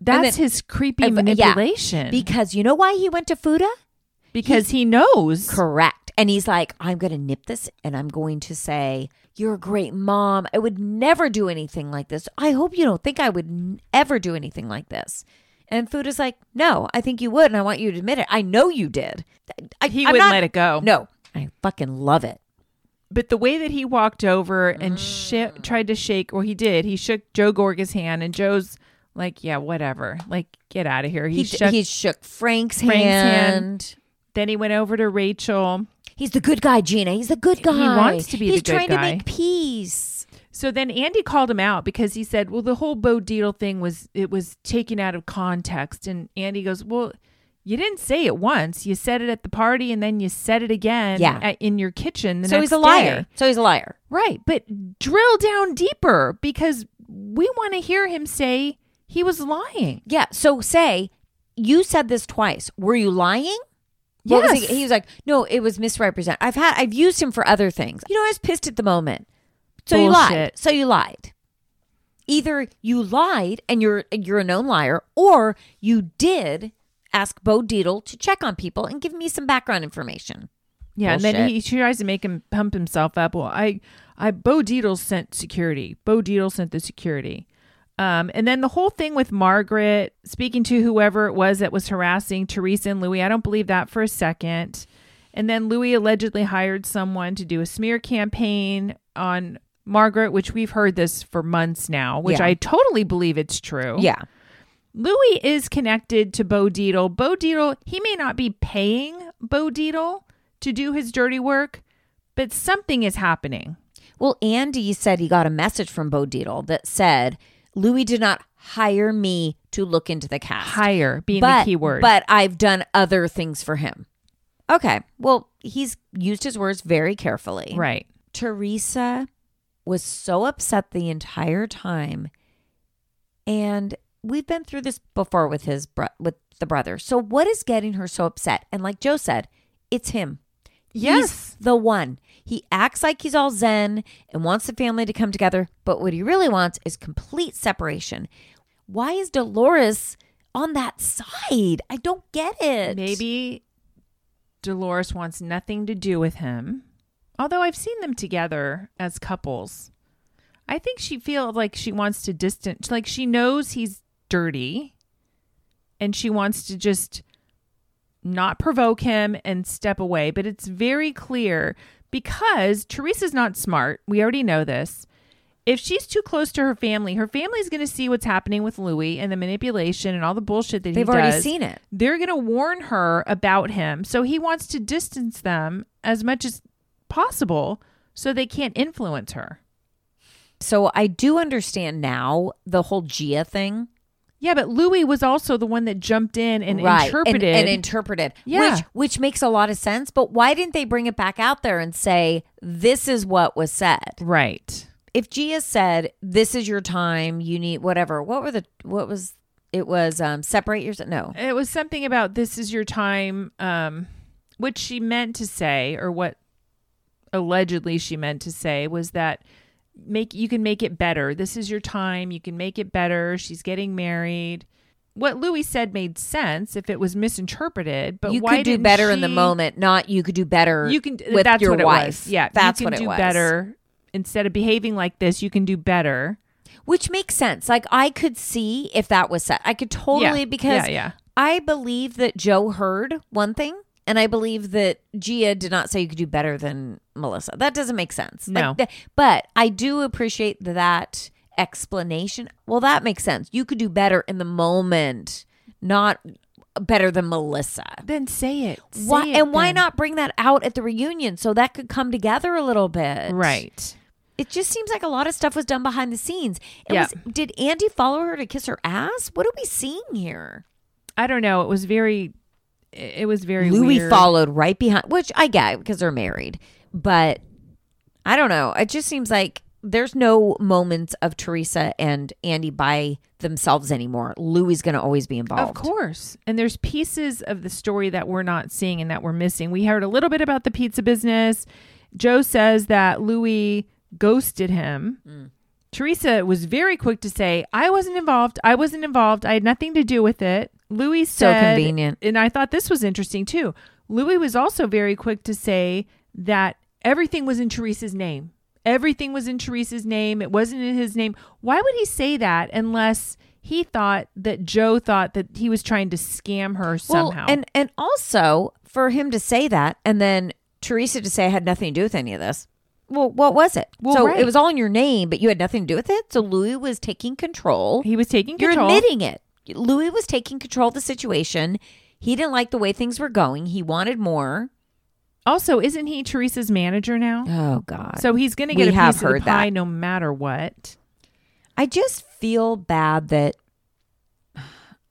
Speaker 3: That's
Speaker 2: then-
Speaker 3: his creepy
Speaker 2: Of- yeah.
Speaker 3: manipulation.
Speaker 2: Because you know why he went to Fuda?
Speaker 3: because he, knows.
Speaker 2: Correct. And he's like, I'm going to nip this and I'm going to say, You're a great mom. I would never do anything like this. I hope you don't think I would n- ever do anything like this. And Fuda's like, No, I think you would. And I want you to admit it. I know you did. I,
Speaker 3: He
Speaker 2: I'm
Speaker 3: wouldn't
Speaker 2: not-
Speaker 3: let it go.
Speaker 2: No. I fucking love it.
Speaker 3: But the way that he walked over and shi tried to shake, or he did, he shook Joe Gorga's hand, and Joe's like, "Yeah, whatever. Like, get out of here." He,
Speaker 2: He, d-
Speaker 3: shook.
Speaker 2: he shook Frank's,
Speaker 3: Frank's
Speaker 2: hand.
Speaker 3: hand. then he went over to Rachel.
Speaker 2: He's the good guy, Gina. He's the good guy.
Speaker 3: wants to be the
Speaker 2: He's
Speaker 3: good
Speaker 2: trying
Speaker 3: guy.
Speaker 2: to make peace.
Speaker 3: So then Andy called him out because he said, "Well, the whole Bo Deedle thing was it was taken out of context." And Andy goes, "Well." You didn't say it once. You said it at the party, and then you said it again
Speaker 2: Yeah.
Speaker 3: at, in your kitchen. The
Speaker 2: So
Speaker 3: next
Speaker 2: he's a
Speaker 3: day.
Speaker 2: liar. So he's a liar.
Speaker 3: Right, but drill down deeper because we want to hear him say he was lying.
Speaker 2: Yeah. So say you said this twice. Were you lying? What was
Speaker 3: Yes.
Speaker 2: he, he was like, no, it was misrepresent. I've had, I've used him for other things. You know, I was pissed at the moment. So you lied.
Speaker 3: Bullshit.
Speaker 2: So you lied. either you lied and you're you're a known liar, or you did ask Bo Deedle to check on people and give me some background information.
Speaker 3: Yeah, and then
Speaker 2: Bullshit.
Speaker 3: he, he tries to make him pump himself up. Well, I, I Bo Deedle sent security. Bo Deedle sent the security. Um, and then the whole thing with Margaret speaking to whoever it was that was harassing Teresa and Louis. I don't believe that for a second. And then Louis allegedly hired someone to do a smear campaign on Margaret, which we've heard this for months now, which
Speaker 2: Yeah.
Speaker 3: I totally believe it's true.
Speaker 2: Yeah.
Speaker 3: Louis is connected to Bo Deedle. Bo Deedle, he may not be paying Bo Deedle to do his dirty work, but something is happening.
Speaker 2: Well, Andy said he got a message from Bo Deedle that said Louis did not hire me to look into the cast.
Speaker 3: Hire being the key word.
Speaker 2: But I've done other things for him. Okay. Well, he's used his words very carefully.
Speaker 3: right.
Speaker 2: Teresa was so upset the entire time. And we've been through this before with his bro- with the brother. So what is getting her so upset? And like Joe said, it's him.
Speaker 3: Yes.
Speaker 2: He's the one. He acts like he's all zen and wants the family to come together, but what he really wants is complete separation. Why is Dolores on that side? I don't get it.
Speaker 3: Maybe Dolores wants nothing to do with him. Although I've seen them together as couples. I think she feels like she wants to distance like she knows he's dirty and she wants to just not provoke him and step away, but it's very clear because Teresa's not smart. We already know this. If she's too close to her family, her family's going to see what's happening with Louis and the manipulation and all the bullshit that he
Speaker 2: They've already
Speaker 3: does
Speaker 2: seen it.
Speaker 3: they're going to warn her about him. So he wants to distance them as much as possible so they can't influence her.
Speaker 2: So I do understand now the whole Gia thing.
Speaker 3: Yeah, but Louis was also the one that jumped in and interpreted.
Speaker 2: and, and interpreted
Speaker 3: Yeah.
Speaker 2: which which makes a lot of sense but why didn't they bring it back out there and say this is what was said
Speaker 3: right.
Speaker 2: if gia said this is your time you need whatever what were the what was it was um separate yourself no
Speaker 3: It was something about this is your time, um, which she meant to say, or what allegedly she meant to say was that make you can make it better. This is your time. You can make it better. She's getting married. What Louis said made sense if it was misinterpreted, but
Speaker 2: you
Speaker 3: why
Speaker 2: could do
Speaker 3: didn't
Speaker 2: better in the
Speaker 3: she-
Speaker 2: moment not you could do better
Speaker 3: You can
Speaker 2: with
Speaker 3: that's
Speaker 2: your
Speaker 3: what
Speaker 2: wife
Speaker 3: It was. Yeah,
Speaker 2: that's
Speaker 3: you can
Speaker 2: what
Speaker 3: do
Speaker 2: it was
Speaker 3: better instead of behaving like this. You can do better.
Speaker 2: which makes sense like i could see if that was said i could totally
Speaker 3: Yeah.
Speaker 2: because
Speaker 3: Yeah, yeah.
Speaker 2: i believe that joe heard one thing and i believe that gia did not say you could do better than melissa that doesn't make sense Like,
Speaker 3: No.
Speaker 2: th- but i do appreciate that explanation well that makes sense you could do better in the moment not better than melissa
Speaker 3: Then say it. Say
Speaker 2: why,
Speaker 3: it
Speaker 2: and why
Speaker 3: then.
Speaker 2: not bring that out at the reunion so that could come together a little bit
Speaker 3: Right.
Speaker 2: it just seems like a lot of stuff was done behind the scenes. It
Speaker 3: Yeah.
Speaker 2: was, did Andy follow her to kiss her ass? What are we seeing here?
Speaker 3: I don't know. It was very. It was very.
Speaker 2: Louis
Speaker 3: weird.
Speaker 2: followed right behind, which I get because they're married. But I don't know. It just seems like there's no moments of Teresa and Andy by themselves anymore. Louis is going to always be involved.
Speaker 3: Of course. And there's pieces of the story that we're not seeing and that we're missing. We heard a little bit about the pizza business. Joe says that Louis ghosted him.
Speaker 2: Mm.
Speaker 3: Teresa was very quick to say, I wasn't involved. I wasn't involved. I had nothing to do with it. Louis
Speaker 2: So
Speaker 3: said,
Speaker 2: convenient.
Speaker 3: And I thought this was interesting too. Louis was also very quick to say that everything was in Teresa's name. Everything was in Teresa's name. It wasn't in his name. Why would he say that unless he thought that Joe thought that he was trying to scam her somehow?
Speaker 2: and and also for him to say that and then Teresa to say I had nothing to do with any of this. Well, what was it?
Speaker 3: Well,
Speaker 2: so
Speaker 3: right.
Speaker 2: it was all in your name, but you had nothing to do with it. So Louis was taking control.
Speaker 3: he was taking
Speaker 2: You're
Speaker 3: control.
Speaker 2: admitting it. Louis was taking control of the situation. He didn't like the way things were going. He wanted more.
Speaker 3: also, isn't he Teresa's manager now?
Speaker 2: Oh God.
Speaker 3: So he's going to get
Speaker 2: We
Speaker 3: a
Speaker 2: have
Speaker 3: piece of the
Speaker 2: heard that.
Speaker 3: pie no matter what.
Speaker 2: I just feel bad that.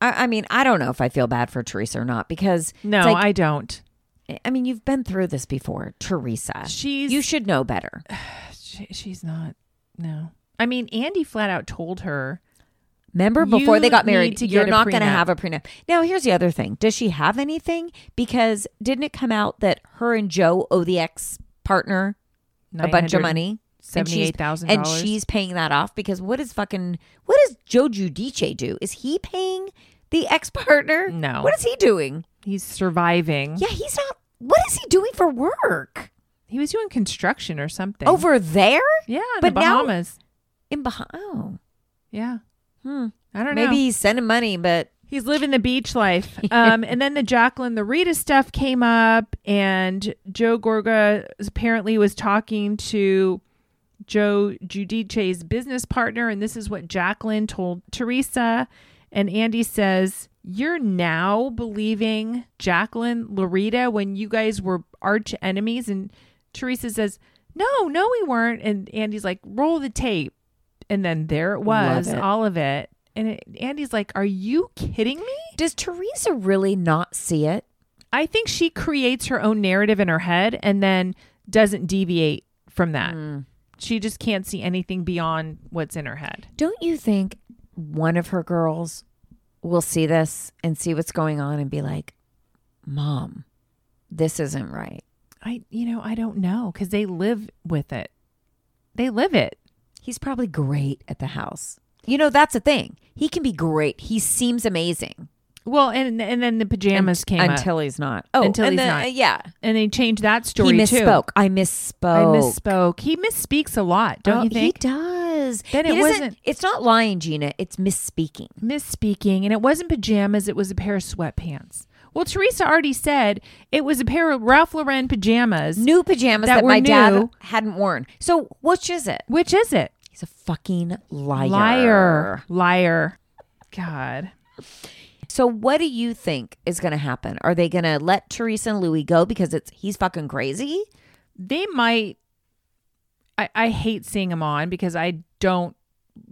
Speaker 2: I, I mean, I don't know if I feel bad for Teresa or not because
Speaker 3: No,
Speaker 2: it's like-
Speaker 3: I don't.
Speaker 2: I mean you've been through this before, Teresa.
Speaker 3: She's
Speaker 2: you should know better.
Speaker 3: she, she's not. No. I mean, Andy flat out told her
Speaker 2: Remember before they
Speaker 3: You
Speaker 2: got
Speaker 3: need
Speaker 2: married,
Speaker 3: to
Speaker 2: you're
Speaker 3: get a
Speaker 2: not going to
Speaker 3: prenup.
Speaker 2: have a prenup. Now, here's the other thing. Does she have anything? Because didn't it come out that her and Joe owe the ex partner a bunch of
Speaker 3: 900
Speaker 2: money? And she's-
Speaker 3: $78,000.
Speaker 2: And she's paying that off because what is fucking what does Joe Giudice do? Is he paying the ex partner?
Speaker 3: No.
Speaker 2: What is he doing?
Speaker 3: He's surviving.
Speaker 2: Yeah, he's not. What is he doing for work
Speaker 3: He was doing construction or something.
Speaker 2: over there
Speaker 3: Yeah, in
Speaker 2: Oh, But
Speaker 3: the
Speaker 2: now-
Speaker 3: Bahamas.
Speaker 2: in Bahamas? Oh,
Speaker 3: yeah.
Speaker 2: hmm.
Speaker 3: I don't know.
Speaker 2: maybe he's sending money, but
Speaker 3: He's living the beach life. Um, and then the Jacqueline, the Rita stuff came up, and Joe Gorga apparently was talking to Joe Giudice's business partner. And this is what Jacqueline told Teresa. And Andy says, You're now believing Jacqueline, Loretta, when you guys were arch enemies. And Teresa says, No, no, we weren't. And Andy's like, Roll the tape. And then there it was,
Speaker 2: Love it.
Speaker 3: all of it. And it, Andy's like, Are you kidding me?
Speaker 2: does Teresa really not see it?
Speaker 3: I think she creates her own narrative in her head and then doesn't deviate from that. She just can't see anything beyond what's in her head.
Speaker 2: Don't you think one of her girls will see this and see what's going on and be like, "Mom, this isn't right."
Speaker 3: I, you know, I don't know because they live with it. They live it.
Speaker 2: He's probably great at the house. You know, that's a thing. He can be great. He seems amazing.
Speaker 3: Well, and and then the pajamas
Speaker 2: Unt-
Speaker 3: came up,
Speaker 2: until he's not. Oh,
Speaker 3: Until
Speaker 2: and
Speaker 3: he's
Speaker 2: the-
Speaker 3: not.
Speaker 2: uh, yeah.
Speaker 3: and they changed that story
Speaker 2: he
Speaker 3: too.
Speaker 2: misspoke. I
Speaker 3: I
Speaker 2: misspoke.
Speaker 3: misspoke. He misspeaks a lot, don't
Speaker 2: Oh,
Speaker 3: you think?
Speaker 2: He does.
Speaker 3: Then
Speaker 2: He
Speaker 3: it
Speaker 2: doesn't-
Speaker 3: wasn't-
Speaker 2: It's not lying, Gina. It's misspeaking.
Speaker 3: misspeaking, and it wasn't pajamas, it was a pair of sweatpants. Well, Teresa already said it was a pair of Ralph Lauren pajamas.
Speaker 2: New pajamas
Speaker 3: That
Speaker 2: that,
Speaker 3: were
Speaker 2: my dad
Speaker 3: new.
Speaker 2: hadn't worn. So which is it?
Speaker 3: Which is it?
Speaker 2: He's a fucking liar.
Speaker 3: Liar. Liar. God.
Speaker 2: So what do you think is going to happen? Are they going to let Teresa and Louis go because it's he's fucking crazy?
Speaker 3: They might. I, I hate seeing him on because I don't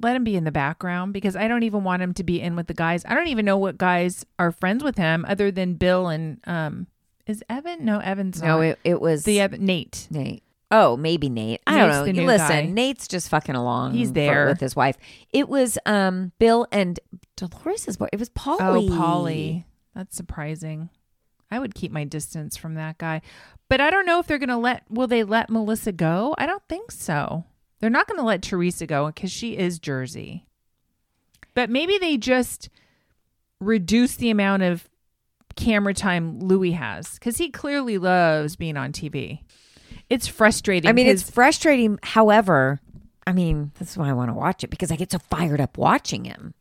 Speaker 3: let him be in the background because I don't even want him to be in with the guys. I don't even know what guys are friends with him other than Bill and um is Evan? No, Evan's not.
Speaker 2: it, it was
Speaker 3: the Evan, Nate.
Speaker 2: Nate. Oh, maybe Nate. I
Speaker 3: Nate's the
Speaker 2: don't know.
Speaker 3: new
Speaker 2: Listen,
Speaker 3: guy.
Speaker 2: Nate's just fucking along.
Speaker 3: He's
Speaker 2: for-
Speaker 3: there.
Speaker 2: with his wife. It was um Bill and Dolores's boy. It was Polly.
Speaker 3: Oh, Polly. That's surprising. I would keep my distance from that guy. But I don't know if they're going to let, will they let Melissa go? I don't think so. They're not going to let Teresa go because she is Jersey. But maybe they just reduce the amount of camera time Louis has because he clearly loves being on TV. It's frustrating.
Speaker 2: I mean, it's
Speaker 3: 'cause-
Speaker 2: frustrating. However, I mean, that's why I want to watch it because I get so fired up watching him.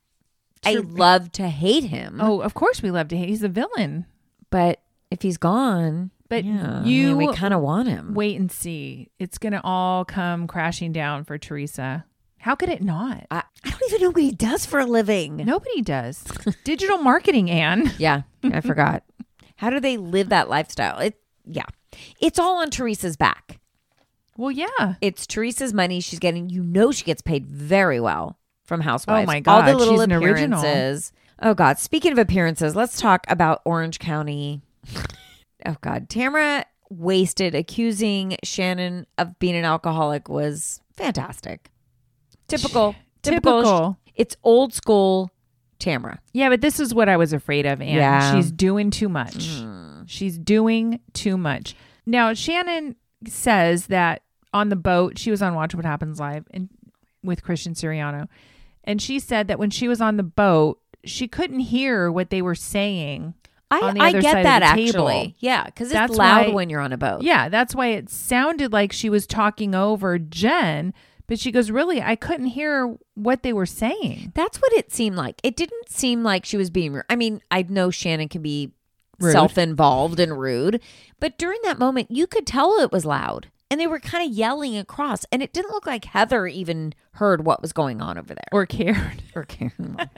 Speaker 2: I
Speaker 3: True.
Speaker 2: love to hate him,
Speaker 3: oh, of course we love to hate. He's the villain.
Speaker 2: but if he's gone,
Speaker 3: But
Speaker 2: yeah, I
Speaker 3: you
Speaker 2: mean, we kind of want him.
Speaker 3: wait and see. It's going to all come crashing down for Teresa. How could it not?
Speaker 2: I, I don't even know what he does for a living.
Speaker 3: Nobody does. Digital marketing, Anne.
Speaker 2: Yeah, I forgot. How do they live that lifestyle? It yeah. It's all on Teresa's back.
Speaker 3: Well, yeah.
Speaker 2: It's Teresa's money she's getting. You know she gets paid very well from Housewives.
Speaker 3: Oh my
Speaker 2: All the
Speaker 3: God,
Speaker 2: little
Speaker 3: she's an original.
Speaker 2: appearances. Oh God. Speaking of appearances, let's talk about Orange County. oh God. Tamara wasted accusing Shannon of being an alcoholic was fantastic. Typical. Typical.
Speaker 3: Typical.
Speaker 2: It's old school Tamara.
Speaker 3: Yeah, but this is what I was afraid of, Anne.
Speaker 2: Yeah. Hmm.
Speaker 3: She's doing too much. She's doing too much. Now, Shannon says that on the boat, she was on Watch What Happens Live and with Christian Siriano. And she said that when she was on the boat, she couldn't hear what they were saying.
Speaker 2: I,
Speaker 3: on the
Speaker 2: I
Speaker 3: other
Speaker 2: get
Speaker 3: side of
Speaker 2: that
Speaker 3: the table.
Speaker 2: actually. Yeah, because it's
Speaker 3: That's
Speaker 2: loud
Speaker 3: why-
Speaker 2: when you're on a boat.
Speaker 3: Yeah, that's why it sounded like she was talking over Jen, but she goes, Really, I couldn't hear what they were saying.
Speaker 2: That's what it seemed like. It didn't seem like she was being rude. I mean, I know Shannon can be
Speaker 3: Rude.
Speaker 2: self involved and rude, but during that moment, you could tell it was loud and they were kind of yelling across. And it didn't look like Heather even heard what was going on over there.
Speaker 3: Or cared.
Speaker 2: Or Karen.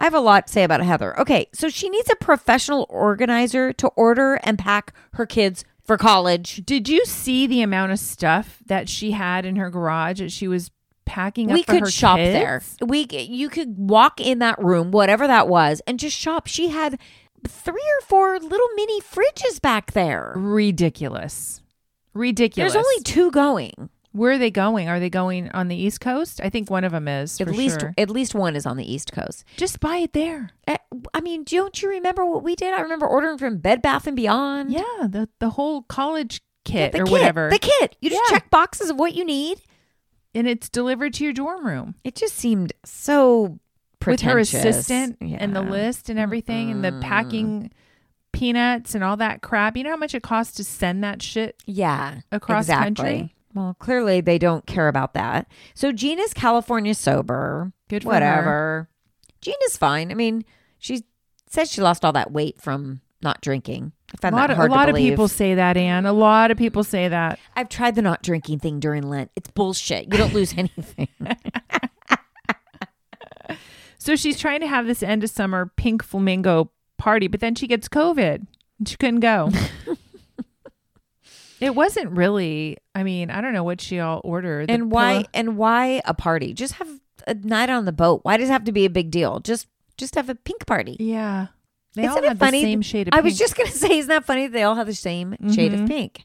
Speaker 2: I have a lot to say about Heather. Okay, so she needs a professional organizer to order and pack her kids for college.
Speaker 3: Did you see the amount of stuff that she had in her garage that she was packing up?
Speaker 2: we
Speaker 3: for
Speaker 2: could
Speaker 3: her
Speaker 2: shop
Speaker 3: kids?
Speaker 2: there we you could walk in that room whatever that was and just shop she had three or four little mini fridges back there
Speaker 3: Ridiculous. Ridiculous.
Speaker 2: there's only two going
Speaker 3: Where are they going? Are they going on the East Coast? I think one of them is.
Speaker 2: at
Speaker 3: for
Speaker 2: least
Speaker 3: sure.
Speaker 2: at least one is on the east coast
Speaker 3: just buy it there.
Speaker 2: Uh, i mean don't you remember what we did i remember ordering from bed bath and beyond
Speaker 3: Yeah, the the whole college
Speaker 2: Mm.
Speaker 3: kit
Speaker 2: the
Speaker 3: or
Speaker 2: kit
Speaker 3: whatever.
Speaker 2: the kit you just
Speaker 3: Yeah.
Speaker 2: check boxes of what you need
Speaker 3: and it's delivered to your dorm room
Speaker 2: It just seemed so
Speaker 3: with her
Speaker 2: pretentious.
Speaker 3: assistant and the
Speaker 2: Yeah. Mm-hmm.
Speaker 3: list and everything and the packing peanuts and all that crap. You know how much it costs to send that shit
Speaker 2: Yeah.
Speaker 3: across
Speaker 2: exactly.
Speaker 3: country?
Speaker 2: Well, clearly they don't care about that. So Gina's California sober.
Speaker 3: Good for
Speaker 2: Whatever. Gina's fine. I mean, she says she lost all that weight from not drinking. I
Speaker 3: A
Speaker 2: found
Speaker 3: lot,
Speaker 2: that
Speaker 3: of, a
Speaker 2: hard
Speaker 3: lot
Speaker 2: to
Speaker 3: of
Speaker 2: believe.
Speaker 3: people say that, Anne. A lot of people say that.
Speaker 2: I've tried the not drinking thing during Lent. It's bullshit. You don't lose anything.
Speaker 3: So she's trying to have this end of summer pink flamingo party, but then she gets COVID and she couldn't go. it wasn't really, I mean, I don't know what she all ordered. The
Speaker 2: and why?
Speaker 3: pillow-
Speaker 2: And why a party? Just have a night on the boat. Why does it have to be a big deal? Just just have a pink party.
Speaker 3: Yeah. They
Speaker 2: Isn't
Speaker 3: all
Speaker 2: it
Speaker 3: had
Speaker 2: funny?
Speaker 3: the same shade of
Speaker 2: I was
Speaker 3: pink.
Speaker 2: just gonna say, isn't that funny? that They all have the same shade of pink.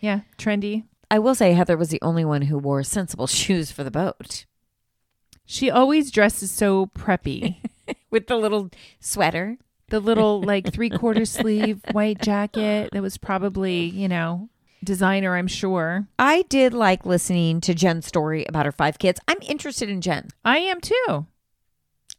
Speaker 3: Yeah, trendy.
Speaker 2: I will say Heather was the only one who wore sensible shoes for the boat
Speaker 3: She always dresses so preppy.
Speaker 2: with the little sweater.
Speaker 3: the little like three quarter sleeve white jacket that was probably, you know, designer, I'm sure.
Speaker 2: I did like listening to Jen's story about her five kids. I'm interested in Jen,
Speaker 3: I am too.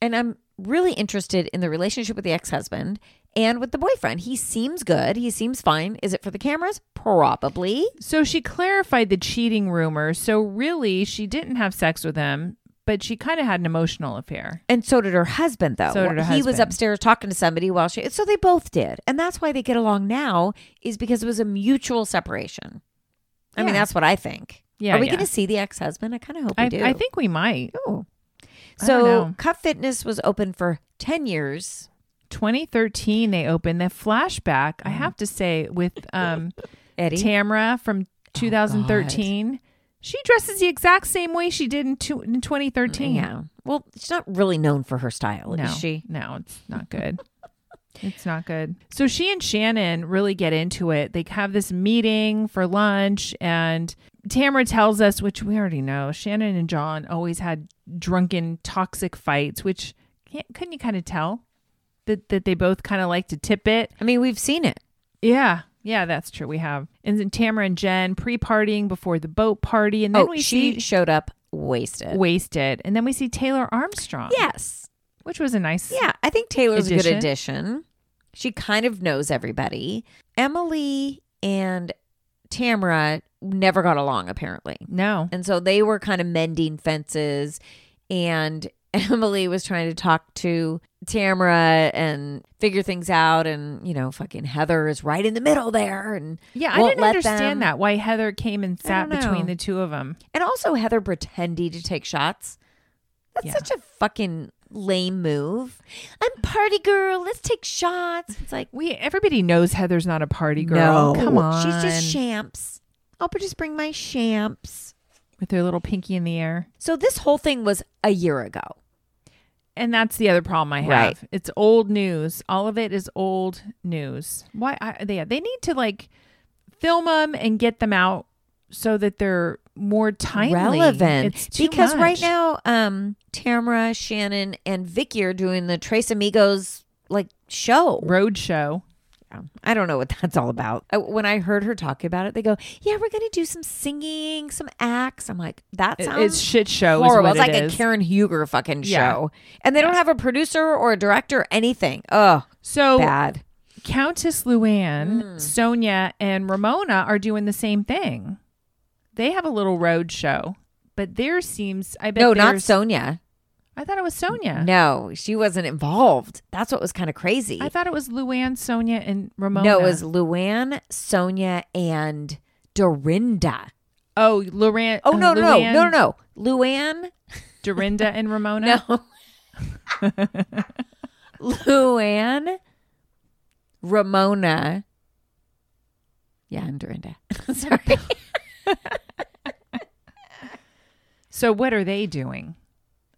Speaker 2: and I'm really interested in the relationship with the ex husband and with the boyfriend. He seems good. He seems fine. Is it for the cameras? Probably.
Speaker 3: So she clarified the cheating rumor. So really, she didn't have sex with him, but she kind of had an emotional affair.
Speaker 2: And so did her husband, though.
Speaker 3: So did her
Speaker 2: he was
Speaker 3: husband.
Speaker 2: upstairs talking to somebody while she. So they both did, and that's why they get along now. Is because it was a mutual separation. I mean,
Speaker 3: Yeah.
Speaker 2: that's what I think.
Speaker 3: Yeah,
Speaker 2: Are we
Speaker 3: yeah.
Speaker 2: going to see the ex husband? I kind of hope we
Speaker 3: I,
Speaker 2: do.
Speaker 3: I think we might.
Speaker 2: Oh.
Speaker 3: I don't
Speaker 2: So
Speaker 3: know.
Speaker 2: Cup Fitness was open for ten years.
Speaker 3: 2013, they opened the flashback.
Speaker 2: Mm.
Speaker 3: I have to say, with um,
Speaker 2: Eddie,
Speaker 3: Tamra
Speaker 2: Oh,
Speaker 3: from 2013, she dresses the exact same way she did in, two, in 2013.
Speaker 2: yeah. Well, she's not really known for her style,
Speaker 3: No,
Speaker 2: is she?
Speaker 3: No, it's not good. it's not good. So she and Shannon really get into it. They have this meeting for lunch, and Tamara tells us, which we already know, Shannon and John always had drunken, toxic fights, which can't, couldn't you kind of tell that, that they both kind of like to tip it?
Speaker 2: I mean, we've seen it.
Speaker 3: Yeah. Yeah, that's true. We have. And then Tamara and Jen pre partying before the boat party. And then
Speaker 2: oh,
Speaker 3: we
Speaker 2: she
Speaker 3: see
Speaker 2: showed up wasted.
Speaker 3: wasted. And then we see Taylor Armstrong.
Speaker 2: yes.
Speaker 3: Which was a nice
Speaker 2: Yeah, I think Taylor's a
Speaker 3: Addition.
Speaker 2: good addition. She kind of knows everybody. Emily and Tamara never got along apparently.
Speaker 3: No.
Speaker 2: And so they were kind of mending fences and Emily was trying to talk to Tamara and figure things out and you know fucking Heather is right in the middle there and
Speaker 3: Yeah, I
Speaker 2: won't
Speaker 3: didn't
Speaker 2: let
Speaker 3: understand
Speaker 2: them.
Speaker 3: that why Heather came and sat
Speaker 2: don't
Speaker 3: between
Speaker 2: know.
Speaker 3: the two of them.
Speaker 2: And also Heather pretending to take shots. That's
Speaker 3: Yeah.
Speaker 2: such a fucking lame move. I'm party girl, let's take shots. It's like
Speaker 3: We everybody knows Heather's not a party girl. Come on,
Speaker 2: She's just champs. I'll just bring my champs.
Speaker 3: with her little pinky in the air.
Speaker 2: So this whole thing was a year ago.
Speaker 3: And that's the other problem I have.
Speaker 2: Right.
Speaker 3: It's old news. All of it is old news. Why? I, they they need to like film them and get them out so that they're more timely,
Speaker 2: Relevant.
Speaker 3: It's too
Speaker 2: because right
Speaker 3: much.
Speaker 2: now, um, Tamara, Shannon, and Vicky are doing the Trace Amigos like show.
Speaker 3: road show.
Speaker 2: I don't know what that's all about. I, when I heard her talk about it, they go, "Yeah, we're going to do some singing, some acts." I'm like, "That
Speaker 3: It-
Speaker 2: sounds
Speaker 3: it's shit show. is
Speaker 2: horrible."
Speaker 3: what
Speaker 2: It's like
Speaker 3: it
Speaker 2: a
Speaker 3: is.
Speaker 2: Karen Huger fucking
Speaker 3: Yeah.
Speaker 2: show, and they don't have a producer or a director, or anything. Ugh,
Speaker 3: So
Speaker 2: bad.
Speaker 3: Countess Luann,
Speaker 2: Hmm.
Speaker 3: Sonia, and Ramona are doing the same thing. They have a little road show, but there seems I bet
Speaker 2: No, not
Speaker 3: theirs-
Speaker 2: Sonia.
Speaker 3: I thought it was Sonia.
Speaker 2: No, she wasn't involved. That's what was kind of crazy.
Speaker 3: I thought it was Luann, Sonia, and Ramona.
Speaker 2: No, it was Luann, Sonia, and Dorinda.
Speaker 3: oh Luann.
Speaker 2: Oh no,
Speaker 3: uh,
Speaker 2: no, no,
Speaker 3: Luann,
Speaker 2: no, no, no, Luann,
Speaker 3: Dorinda and Ramona.
Speaker 2: no, Luann, Ramona. Yeah, and Dorinda. Sorry.
Speaker 3: So what are they doing?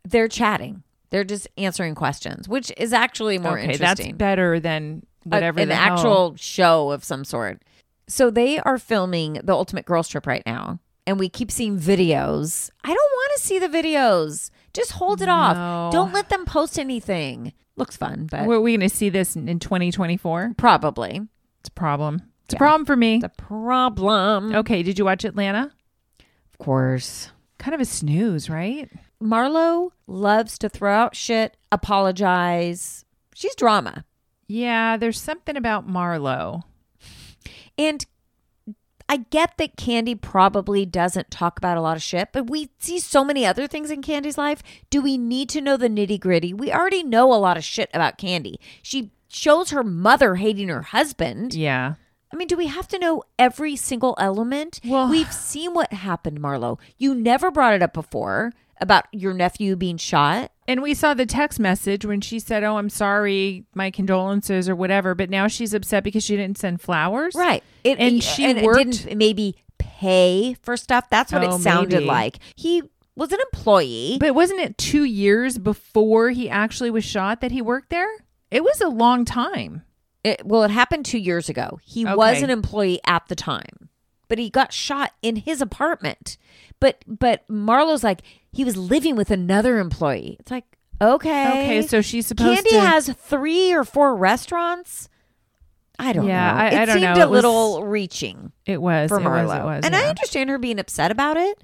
Speaker 2: They're chatting. They're just answering questions, which is actually more
Speaker 3: okay, that's
Speaker 2: interesting.
Speaker 3: better than whatever
Speaker 2: a, an
Speaker 3: the hell.
Speaker 2: actual show of some sort. So they are filming the Ultimate Girls Trip right now, and we keep seeing videos. I don't want to see the videos. Just hold it off.
Speaker 3: No.
Speaker 2: Don't let them post anything. Looks fun, but
Speaker 3: Were we going to see this in in 2024?
Speaker 2: probably
Speaker 3: It's a problem. It's a problem for me.
Speaker 2: the problem.
Speaker 3: Okay, did you watch Atlanta?
Speaker 2: Of course,
Speaker 3: Kind of a snooze, right?
Speaker 2: Marlo loves to throw out shit, apologize. She's drama.
Speaker 3: Yeah, there's something about Marlowe.
Speaker 2: And I get that Candy probably doesn't talk about a lot of shit, but we see so many other things in Candy's life. Do we need to know the nitty gritty? We already know a lot of shit about Candy. She shows her mother hating her husband.
Speaker 3: Yeah.
Speaker 2: I mean, do we have to know every single element?
Speaker 3: Well-
Speaker 2: We've seen what happened, Marlo. You never brought it up before about your nephew being shot.
Speaker 3: And we saw the text message when she said, "Oh, I'm sorry, my condolences or whatever," but now she's upset because she didn't send flowers.
Speaker 2: Right. It,
Speaker 3: And
Speaker 2: it-
Speaker 3: she
Speaker 2: it
Speaker 3: worked-
Speaker 2: didn't maybe pay for stuff. That's what
Speaker 3: Oh,
Speaker 2: it sounded
Speaker 3: maybe.
Speaker 2: like. He was an employee.
Speaker 3: But wasn't it 2 years before he actually was shot that he worked there? It was a long time.
Speaker 2: It, well, it happened two years ago. He
Speaker 3: Okay.
Speaker 2: was an employee at the time, but he got shot in his apartment. But but Marlo's like he was living with another employee. It's like okay,
Speaker 3: Okay, so she's supposed
Speaker 2: Candy
Speaker 3: to
Speaker 2: has three or four restaurants. I don't
Speaker 3: Yeah,
Speaker 2: know.
Speaker 3: I-
Speaker 2: it
Speaker 3: I don't
Speaker 2: seemed
Speaker 3: know.
Speaker 2: a
Speaker 3: It was-
Speaker 2: little reaching
Speaker 3: It was
Speaker 2: for
Speaker 3: it was,
Speaker 2: Marlo,
Speaker 3: it was,
Speaker 2: and I
Speaker 3: yeah.
Speaker 2: understand her being upset about it,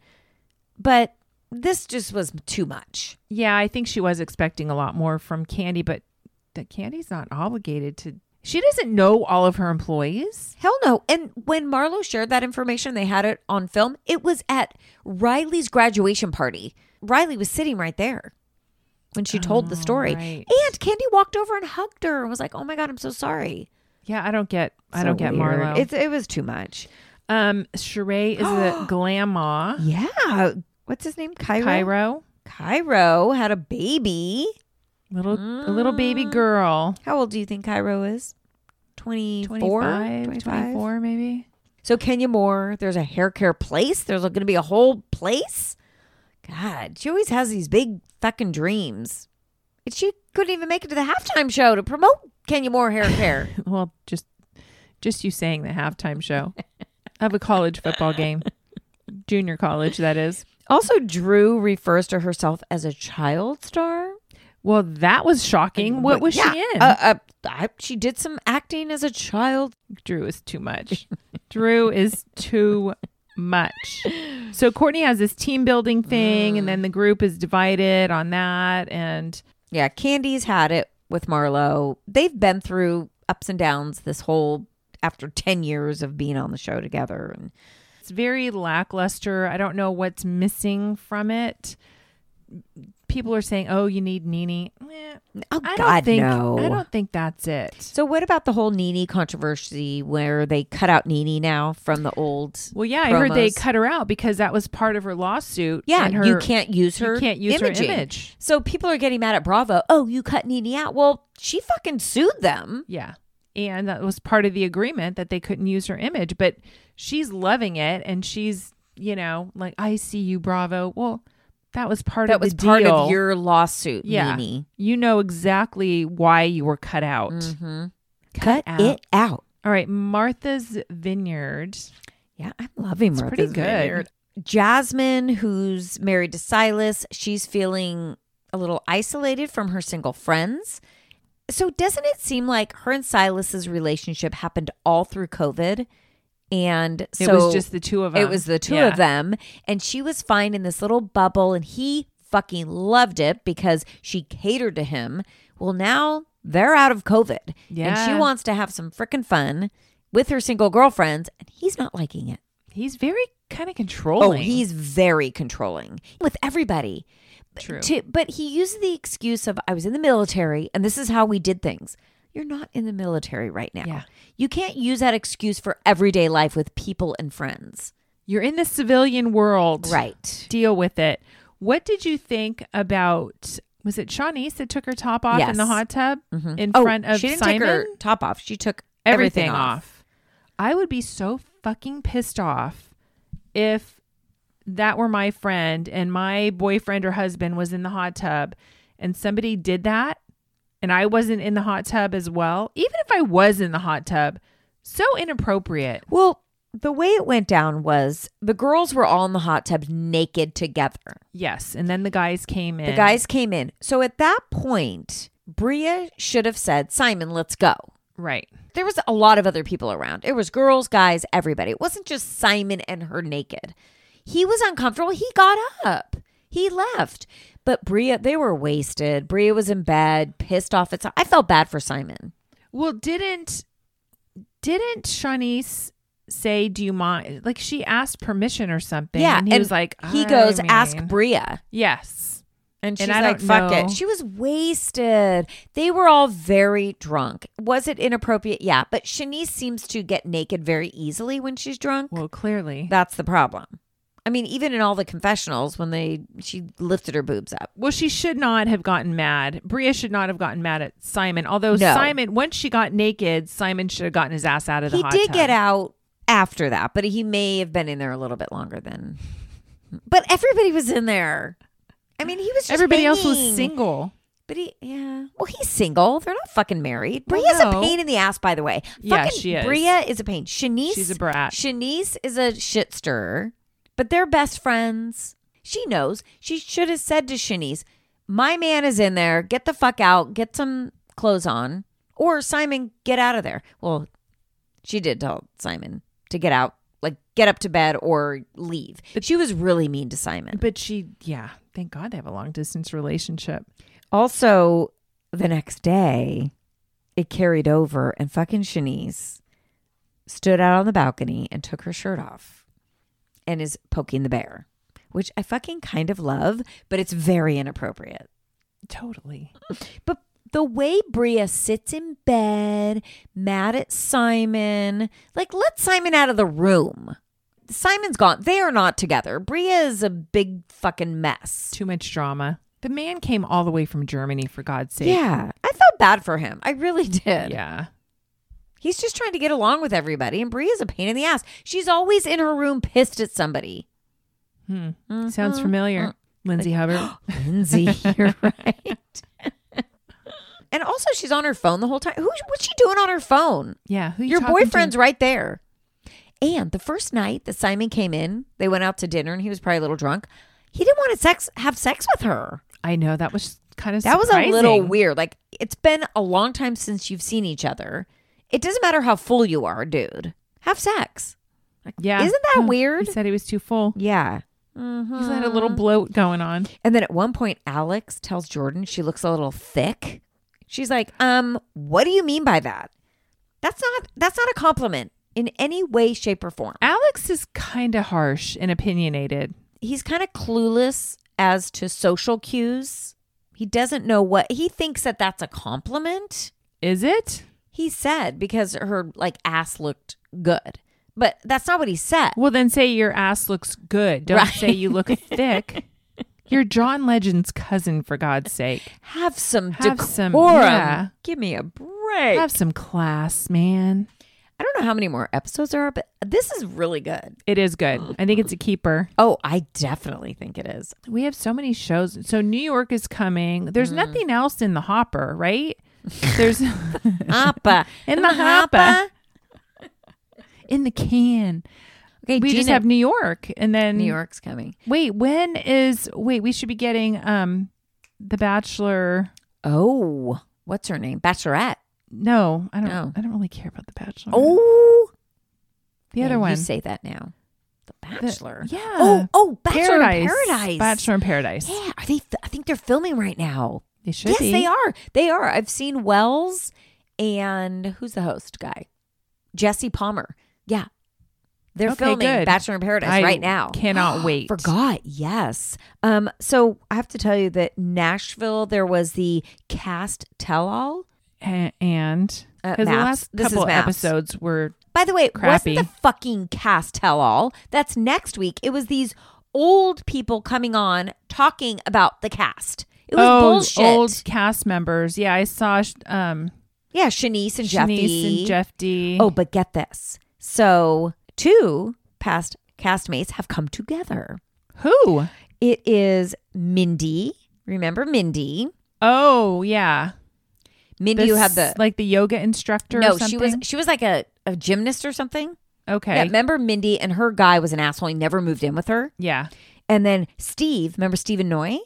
Speaker 2: but this just was too much.
Speaker 3: Yeah, I think she was expecting a lot more from Candy, but that Candy's not obligated to. She doesn't know all of her employees.
Speaker 2: Hell no. And when Marlo shared that information, they had it on film. It was at Riley's graduation party. Riley was sitting right there when she told the story.
Speaker 3: Oh, right.
Speaker 2: And Candy walked over and hugged her and was like, "Oh my god, I'm so sorry."
Speaker 3: Yeah, I don't get. I
Speaker 2: So
Speaker 3: don't get
Speaker 2: weird.
Speaker 3: Marlo.
Speaker 2: It's it was too much.
Speaker 3: um, Sheree is a grandma.
Speaker 2: Yeah. What's his name? Cairo. Cairo,
Speaker 3: Cairo,
Speaker 2: had a baby.
Speaker 3: little a little
Speaker 2: Mm.
Speaker 3: baby girl,
Speaker 2: How old do you think Cairo is? 24,
Speaker 3: 25,
Speaker 2: 25?
Speaker 3: 24 maybe.
Speaker 2: So Kenya Moore, there's a hair care place. There's going to be a whole place. God, she always has these big fucking dreams. And she couldn't even make it to the halftime show to promote Kenya Moore hair care.
Speaker 3: Well, just just you saying the halftime show of a college football game, junior college that is.
Speaker 2: also, Drew refers to herself as a child star.
Speaker 3: Well, that was shocking. What was she
Speaker 2: Yeah,
Speaker 3: in?
Speaker 2: Uh, uh, I, she did some acting as a child.
Speaker 3: Drew is too much. Drew is too much. So Courtney has this team building thing,
Speaker 2: Mm.
Speaker 3: and then the group is divided on that. And
Speaker 2: Yeah, Candy's had it with Marlo. They've been through ups and downs this whole after 10 years of being on the show together and
Speaker 3: it's very lackluster. I don't know what's missing from it. People are saying, "Oh, you need Nene." Eh,
Speaker 2: Oh,
Speaker 3: I don't
Speaker 2: God,
Speaker 3: think.
Speaker 2: no.
Speaker 3: I don't think that's it.
Speaker 2: So what about the whole Nene controversy where they cut out Nene now from the old?
Speaker 3: Well, yeah, I heard they
Speaker 2: promos?
Speaker 3: cut her out because that was part of her lawsuit.
Speaker 2: Yeah,
Speaker 3: and her,
Speaker 2: you can't use her.
Speaker 3: You can't use
Speaker 2: imaging.
Speaker 3: her image.
Speaker 2: So people are getting mad at Bravo. Oh, you cut Nene out. Well, she fucking sued them.
Speaker 3: Yeah. And that was part of the agreement that they couldn't use her image, but she's loving it and she's, you know, like I see you Bravo. Well, that was part
Speaker 2: That
Speaker 3: of the
Speaker 2: was part
Speaker 3: deal.
Speaker 2: of your lawsuit,
Speaker 3: yeah.
Speaker 2: Nene. Mm-hmm.
Speaker 3: You know exactly why you were cut out.
Speaker 2: Cut
Speaker 3: out.
Speaker 2: it out.
Speaker 3: All right, Martha's Vineyard.
Speaker 2: Yeah, I'm loving Martha's
Speaker 3: pretty good.
Speaker 2: Vineyard. Jasmine, who's married to Silas, she's feeling a little isolated from her single friends. So doesn't it seem like her and Silas's relationship happened all through COVID? And so
Speaker 3: It was just the two of them.
Speaker 2: it was the two
Speaker 3: Yeah.
Speaker 2: of them, and she was fine in this little bubble, and he fucking loved it because she catered to him. Well, now they're out of COVID, and
Speaker 3: Yeah.
Speaker 2: she wants to have some freaking fun with her single girlfriends, and he's not liking it.
Speaker 3: He's very kind of
Speaker 2: Oh,
Speaker 3: controlling.
Speaker 2: he's very controlling with everybody. But
Speaker 3: True.
Speaker 2: to- but he used the excuse of I was in the military and this is how we did things. You're not in the military right now.
Speaker 3: Yeah.
Speaker 2: You can't use that excuse for everyday life with people and friends.
Speaker 3: You're in the civilian world.
Speaker 2: Right.
Speaker 3: Deal with it. What did you think about was it Shawnice that took her top off in the
Speaker 2: Yes.
Speaker 3: hot tub in
Speaker 2: Oh,
Speaker 3: front of
Speaker 2: she didn't
Speaker 3: Simon?
Speaker 2: take her top off. She took
Speaker 3: everything,
Speaker 2: everything,
Speaker 3: off. I would be so fucking pissed off if that were my friend and my boyfriend or husband was in the hot tub and somebody did that and I wasn't in the hot tub as well. Even if I was in the hot tub, so inappropriate.
Speaker 2: Well, the way it went down was the girls were all in the hot tub naked together.
Speaker 3: Yes. And then the guys came in.
Speaker 2: The guys came in. So at that point, Bria should have said, Simon, let's go.
Speaker 3: Right.
Speaker 2: There was a lot of other people around. It was girls, guys, everybody. It wasn't just Simon and her naked. He was uncomfortable. He got up. He left. But Bria, they were wasted. Bria was in bed, pissed off at. Si- I felt bad for Simon.
Speaker 3: Well, didn't didn't Shanice say, "Do you mind?" Like she asked permission or something.
Speaker 2: yeah,
Speaker 3: and he was like,
Speaker 2: he
Speaker 3: "I
Speaker 2: goes, ask
Speaker 3: mean,
Speaker 2: Bria.
Speaker 3: Yes,
Speaker 2: And she's
Speaker 3: And I
Speaker 2: like,
Speaker 3: don't
Speaker 2: fuck
Speaker 3: know.
Speaker 2: it. She was wasted. They were all very drunk. Was it inappropriate? Yeah. But Shanice seems to get naked very easily when she's drunk.
Speaker 3: well, clearly.
Speaker 2: That's the problem. I mean, even in all the confessionals, when they she lifted her boobs up.
Speaker 3: well, she should not have gotten mad. Bria should not have gotten mad at Simon. Although
Speaker 2: No.
Speaker 3: Simon, once she got naked, Simon should have gotten his ass out of the
Speaker 2: He
Speaker 3: hot
Speaker 2: did
Speaker 3: tub.
Speaker 2: get out after that, but he may have been in there a little bit longer than. But everybody was in there. I mean, he was. Just
Speaker 3: Everybody else was
Speaker 2: hanging.
Speaker 3: single.
Speaker 2: But he, yeah. Well, he's single. They're not fucking married.
Speaker 3: Well,
Speaker 2: Bria's
Speaker 3: no.
Speaker 2: a pain in the ass, by the way.
Speaker 3: Yeah,
Speaker 2: fucking
Speaker 3: she is.
Speaker 2: Bria is a pain. Shanice.
Speaker 3: She's a brat.
Speaker 2: Shanice is a shit stirrer, but they're best friends. She knows. She should have said to Shanice, My man is in there. Get the fuck out. Get some clothes on. Or Simon, get out of there. Well, she did tell Simon to get out, like get up to bed or leave. But she was really mean to Simon.
Speaker 3: But she, yeah, thank God they have a long distance relationship.
Speaker 2: Also, the next day, it carried over, and fucking Shanice stood out on the balcony and took her shirt off and is poking the bear, which I fucking kind of love, but it's very inappropriate.
Speaker 3: Totally.
Speaker 2: But the way Bria sits in bed, mad at Simon, like let Simon out of the room. Simon's gone. They are not together. Bria is a big fucking mess.
Speaker 3: Too much drama. The man came all the way from Germany, for God's sake.
Speaker 2: Yeah. I felt bad for him. I really did.
Speaker 3: Yeah.
Speaker 2: He's just trying to get along with everybody, and Brie is a pain in the ass. She's always in her room pissed at somebody.
Speaker 3: Hmm.
Speaker 2: Mm-hmm.
Speaker 3: Sounds familiar.
Speaker 2: Mm.
Speaker 3: Lindsay Hubbard.
Speaker 2: Lindsay, you're right. and also, she's on her phone the whole time. Who, what's she doing on her phone?
Speaker 3: Yeah. Who you
Speaker 2: Your
Speaker 3: talking to?
Speaker 2: boyfriend's right there. And the first night that Simon came in, they went out to dinner, and he was probably a little drunk. He didn't want to sex have sex with her.
Speaker 3: I know. That was kind of
Speaker 2: That was a little
Speaker 3: surprising.
Speaker 2: weird. Like it's been a long time since you've seen each other. It doesn't matter how full you are, dude. Have sex.
Speaker 3: Yeah.
Speaker 2: Isn't that weird? Mm.
Speaker 3: He said he was too full.
Speaker 2: Yeah.
Speaker 3: He's had a little bloat going on.
Speaker 2: And then at one point, Alex tells Jordan she looks a little thick. She's like, um, what do you mean by that? That's not that's not a compliment in any way, shape, or form.
Speaker 3: Alex is kind of harsh and opinionated.
Speaker 2: He's kind of clueless as to social cues. He doesn't know what he thinks that that's a compliment.
Speaker 3: Is it?
Speaker 2: He said because her like ass looked good, but that's not what he said.
Speaker 3: Well, then say your ass looks good. Don't
Speaker 2: Right.
Speaker 3: say you look thick. You're John Legend's cousin, for God's sake.
Speaker 2: Have some
Speaker 3: Have
Speaker 2: decorum.
Speaker 3: some- yeah.
Speaker 2: Give me a break.
Speaker 3: Have some class, man.
Speaker 2: I don't know how many more episodes there are, but this is really good.
Speaker 3: It is good. I think it's a keeper.
Speaker 2: Oh, I definitely think it is.
Speaker 3: We have so many shows. So New York is coming. There's
Speaker 2: Mm.
Speaker 3: nothing else in the hopper, right? There's
Speaker 2: Appa.
Speaker 3: In the hopper. in the can.
Speaker 2: Okay,
Speaker 3: We just
Speaker 2: Gina-
Speaker 3: have New York and then
Speaker 2: New York's coming.
Speaker 3: Wait, when is wait, we should be getting um The Bachelor.
Speaker 2: Oh, what's her name? Bachelorette.
Speaker 3: No, I don't
Speaker 2: No.
Speaker 3: I don't really care about The Bachelor.
Speaker 2: Oh,
Speaker 3: Mm. the other
Speaker 2: Yeah,
Speaker 3: one.
Speaker 2: You say that now. The Bachelor.
Speaker 3: yeah.
Speaker 2: Oh, oh, Bachelor
Speaker 3: Paradise.
Speaker 2: in Paradise.
Speaker 3: Bachelor in Paradise.
Speaker 2: Yeah, are they? I think they're filming right now.
Speaker 3: They should
Speaker 2: yes,
Speaker 3: be.
Speaker 2: they are. They are. I've seen Wells and who's the host guy? Jesse Palmer. Yeah. They're
Speaker 3: Okay,
Speaker 2: filming
Speaker 3: good.
Speaker 2: Bachelor in Paradise
Speaker 3: I
Speaker 2: right now.
Speaker 3: cannot wait.
Speaker 2: Forgot, yes. Um, so I have to tell you that Nashville, there was the cast tell all.
Speaker 3: A- and
Speaker 2: Uh,
Speaker 3: because the
Speaker 2: maps.
Speaker 3: last
Speaker 2: This is
Speaker 3: couple
Speaker 2: maps.
Speaker 3: episodes were
Speaker 2: By the way, it
Speaker 3: Crappy.
Speaker 2: wasn't the fucking cast tell all. That's next week. It was these old people coming on talking about the cast. It was
Speaker 3: oh,
Speaker 2: bullshit.
Speaker 3: old cast members. Yeah, I saw sh- um,
Speaker 2: Yeah, Shanice and
Speaker 3: Shanice
Speaker 2: Jeffy.
Speaker 3: and Jeff D.
Speaker 2: Oh, but get this. So, two past castmates have come together.
Speaker 3: who?
Speaker 2: It is Mindy. Remember Mindy?
Speaker 3: Oh, yeah.
Speaker 2: Mindy who
Speaker 3: This-
Speaker 2: had the
Speaker 3: like the yoga instructor. or
Speaker 2: No, she was
Speaker 3: something?
Speaker 2: she was like a, a gymnast or something.
Speaker 3: okay.
Speaker 2: Yeah,
Speaker 3: Yeah,
Speaker 2: remember Mindy and her guy was an asshole. He never moved in with her. And then Steve, remember Stephen Noy?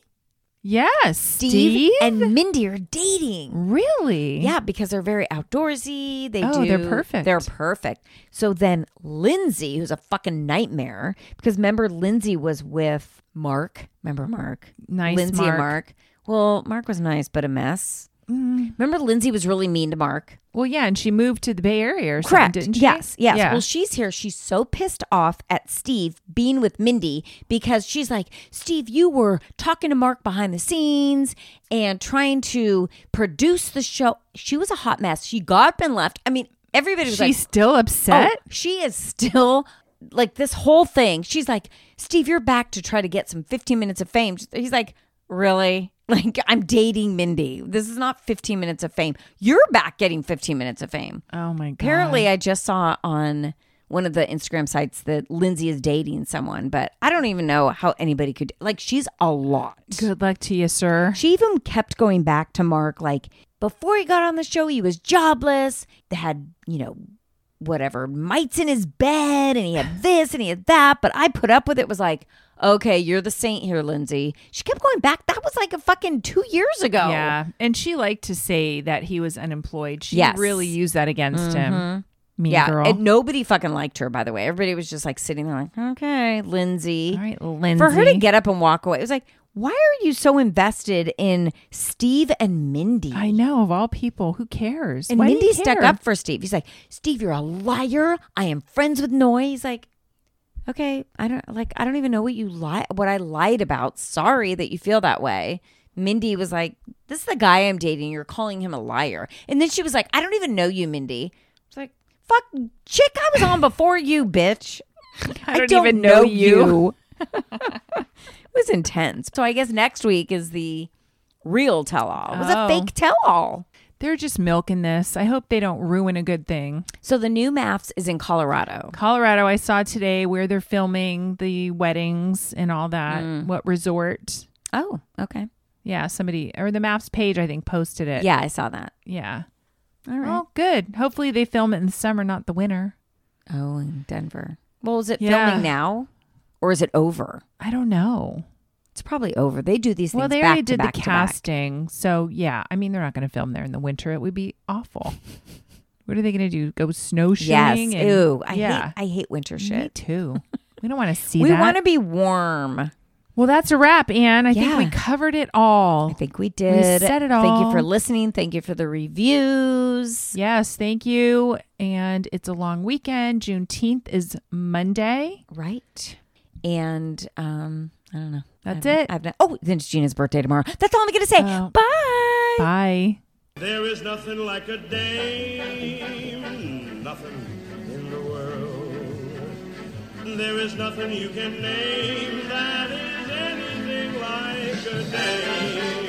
Speaker 3: Yes.
Speaker 2: Steve, and Mindy are dating.
Speaker 3: really?
Speaker 2: Yeah, because they're very outdoorsy. They
Speaker 3: Oh,
Speaker 2: do.
Speaker 3: they're perfect.
Speaker 2: They're perfect. So then Lindsay, who's a fucking nightmare, because remember Lindsay was with Mark. Remember Mark?
Speaker 3: Nice
Speaker 2: Lindsay and
Speaker 3: Mark.
Speaker 2: Mark. Well, Mark was nice, but a mess.
Speaker 3: Mm.
Speaker 2: Remember Lindsay was really mean to Mark.
Speaker 3: Well, yeah, and she moved to the Bay Area or
Speaker 2: Correct.
Speaker 3: something, didn't she?
Speaker 2: Yes. Yes.
Speaker 3: Yeah.
Speaker 2: Well, she's here. She's so pissed off at Steve being with Mindy because she's like, Steve, you were talking to Mark behind the scenes and trying to produce the show. She was a hot mess. She got up and left. I mean, everybody was
Speaker 3: She's
Speaker 2: like,
Speaker 3: still upset?
Speaker 2: Oh, she is still like this whole thing. She's like, Steve, you're back to try to get some 15 minutes of fame. He's like, Really? Like, I'm dating Mindy. This is not 15 minutes of fame. You're back getting 15 minutes of fame.
Speaker 3: Oh, my God.
Speaker 2: Apparently, I just saw on one of the Instagram sites that Lindsay is dating someone, but I don't even know how anybody could. Like, she's a lot.
Speaker 3: Good luck to you, sir.
Speaker 2: She even kept going back to Mark, like, before he got on the show, he was jobless, had, you know, whatever, mites in his bed, and he had this and he had that. But I put up with it, was like, okay, you're the saint here, Lindsay. She kept going back. That was like a fucking two years ago.
Speaker 3: Yeah. And she liked to say that he was unemployed. She
Speaker 2: Yes. Mm-hmm.
Speaker 3: really used that against him. Mean
Speaker 2: Yeah,
Speaker 3: girl.
Speaker 2: and nobody fucking liked her. By the way, everybody was just like sitting there, like, okay, Lindsay.
Speaker 3: All right, Lindsay.
Speaker 2: For her to get up and walk away, it was like, why are you so invested in Steve and Mindy?
Speaker 3: I know, of all people, who cares?
Speaker 2: and
Speaker 3: Why do you
Speaker 2: Mindy stuck
Speaker 3: care?
Speaker 2: up for Steve. He's like, Steve, you're a liar. I am friends with Noy. He's like, okay, I don't like, I don't even know what you lie, what I lied about. Sorry that you feel that way. Mindy was like, this is the guy I'm dating. You're calling him a liar. And then she was like, I don't even know you, Mindy. It's like, fuck, chick, I was on before you, bitch.
Speaker 3: I don't even know you.
Speaker 2: it was intense. So I guess next week is the real tell all. It was a
Speaker 3: Oh.
Speaker 2: fake tell all.
Speaker 3: They're just milking this. I hope they don't ruin a good thing.
Speaker 2: So the new MAFS is in Colorado.
Speaker 3: Colorado, I saw today where they're filming the weddings and all that.
Speaker 2: Mm.
Speaker 3: What resort?
Speaker 2: Oh, okay.
Speaker 3: Yeah, somebody or the maps page, I think, posted it.
Speaker 2: Yeah, I saw that.
Speaker 3: Yeah.
Speaker 2: All right.
Speaker 3: Well, good. Hopefully they film it in the summer, not the winter.
Speaker 2: Oh, in Denver. Well, is it
Speaker 3: Yeah.
Speaker 2: filming now or is it over?
Speaker 3: I don't know.
Speaker 2: It's probably over. They do these things.
Speaker 3: Well, they
Speaker 2: back
Speaker 3: already
Speaker 2: to
Speaker 3: did the
Speaker 2: back to back.
Speaker 3: casting. So, yeah, I mean, they're not going to film there in the winter. It would be awful. what are they going to do? Go
Speaker 2: Yes.
Speaker 3: snowshoeing? and-
Speaker 2: Ooh, I
Speaker 3: yeah.
Speaker 2: hate I hate winter
Speaker 3: Me
Speaker 2: shit.
Speaker 3: too. We don't want to see
Speaker 2: We
Speaker 3: that.
Speaker 2: want to be warm.
Speaker 3: well, that's a wrap, Anne. I think
Speaker 2: Yeah.
Speaker 3: we covered it all.
Speaker 2: I think we did.
Speaker 3: said it
Speaker 2: Thank you for
Speaker 3: all.
Speaker 2: listening. Thank you for the reviews.
Speaker 3: Yes, thank you. And it's a long weekend. Juneteenth is Monday.
Speaker 2: Right. And um, I don't know.
Speaker 3: That's
Speaker 2: I've-
Speaker 3: it.
Speaker 2: I've not, oh, then it's Gina's birthday tomorrow. That's all I'm gonna say.
Speaker 3: Oh.
Speaker 2: Bye.
Speaker 3: Bye.
Speaker 4: There is nothing like a dame, nothing in the world. There is nothing you can name that is anything like a dame.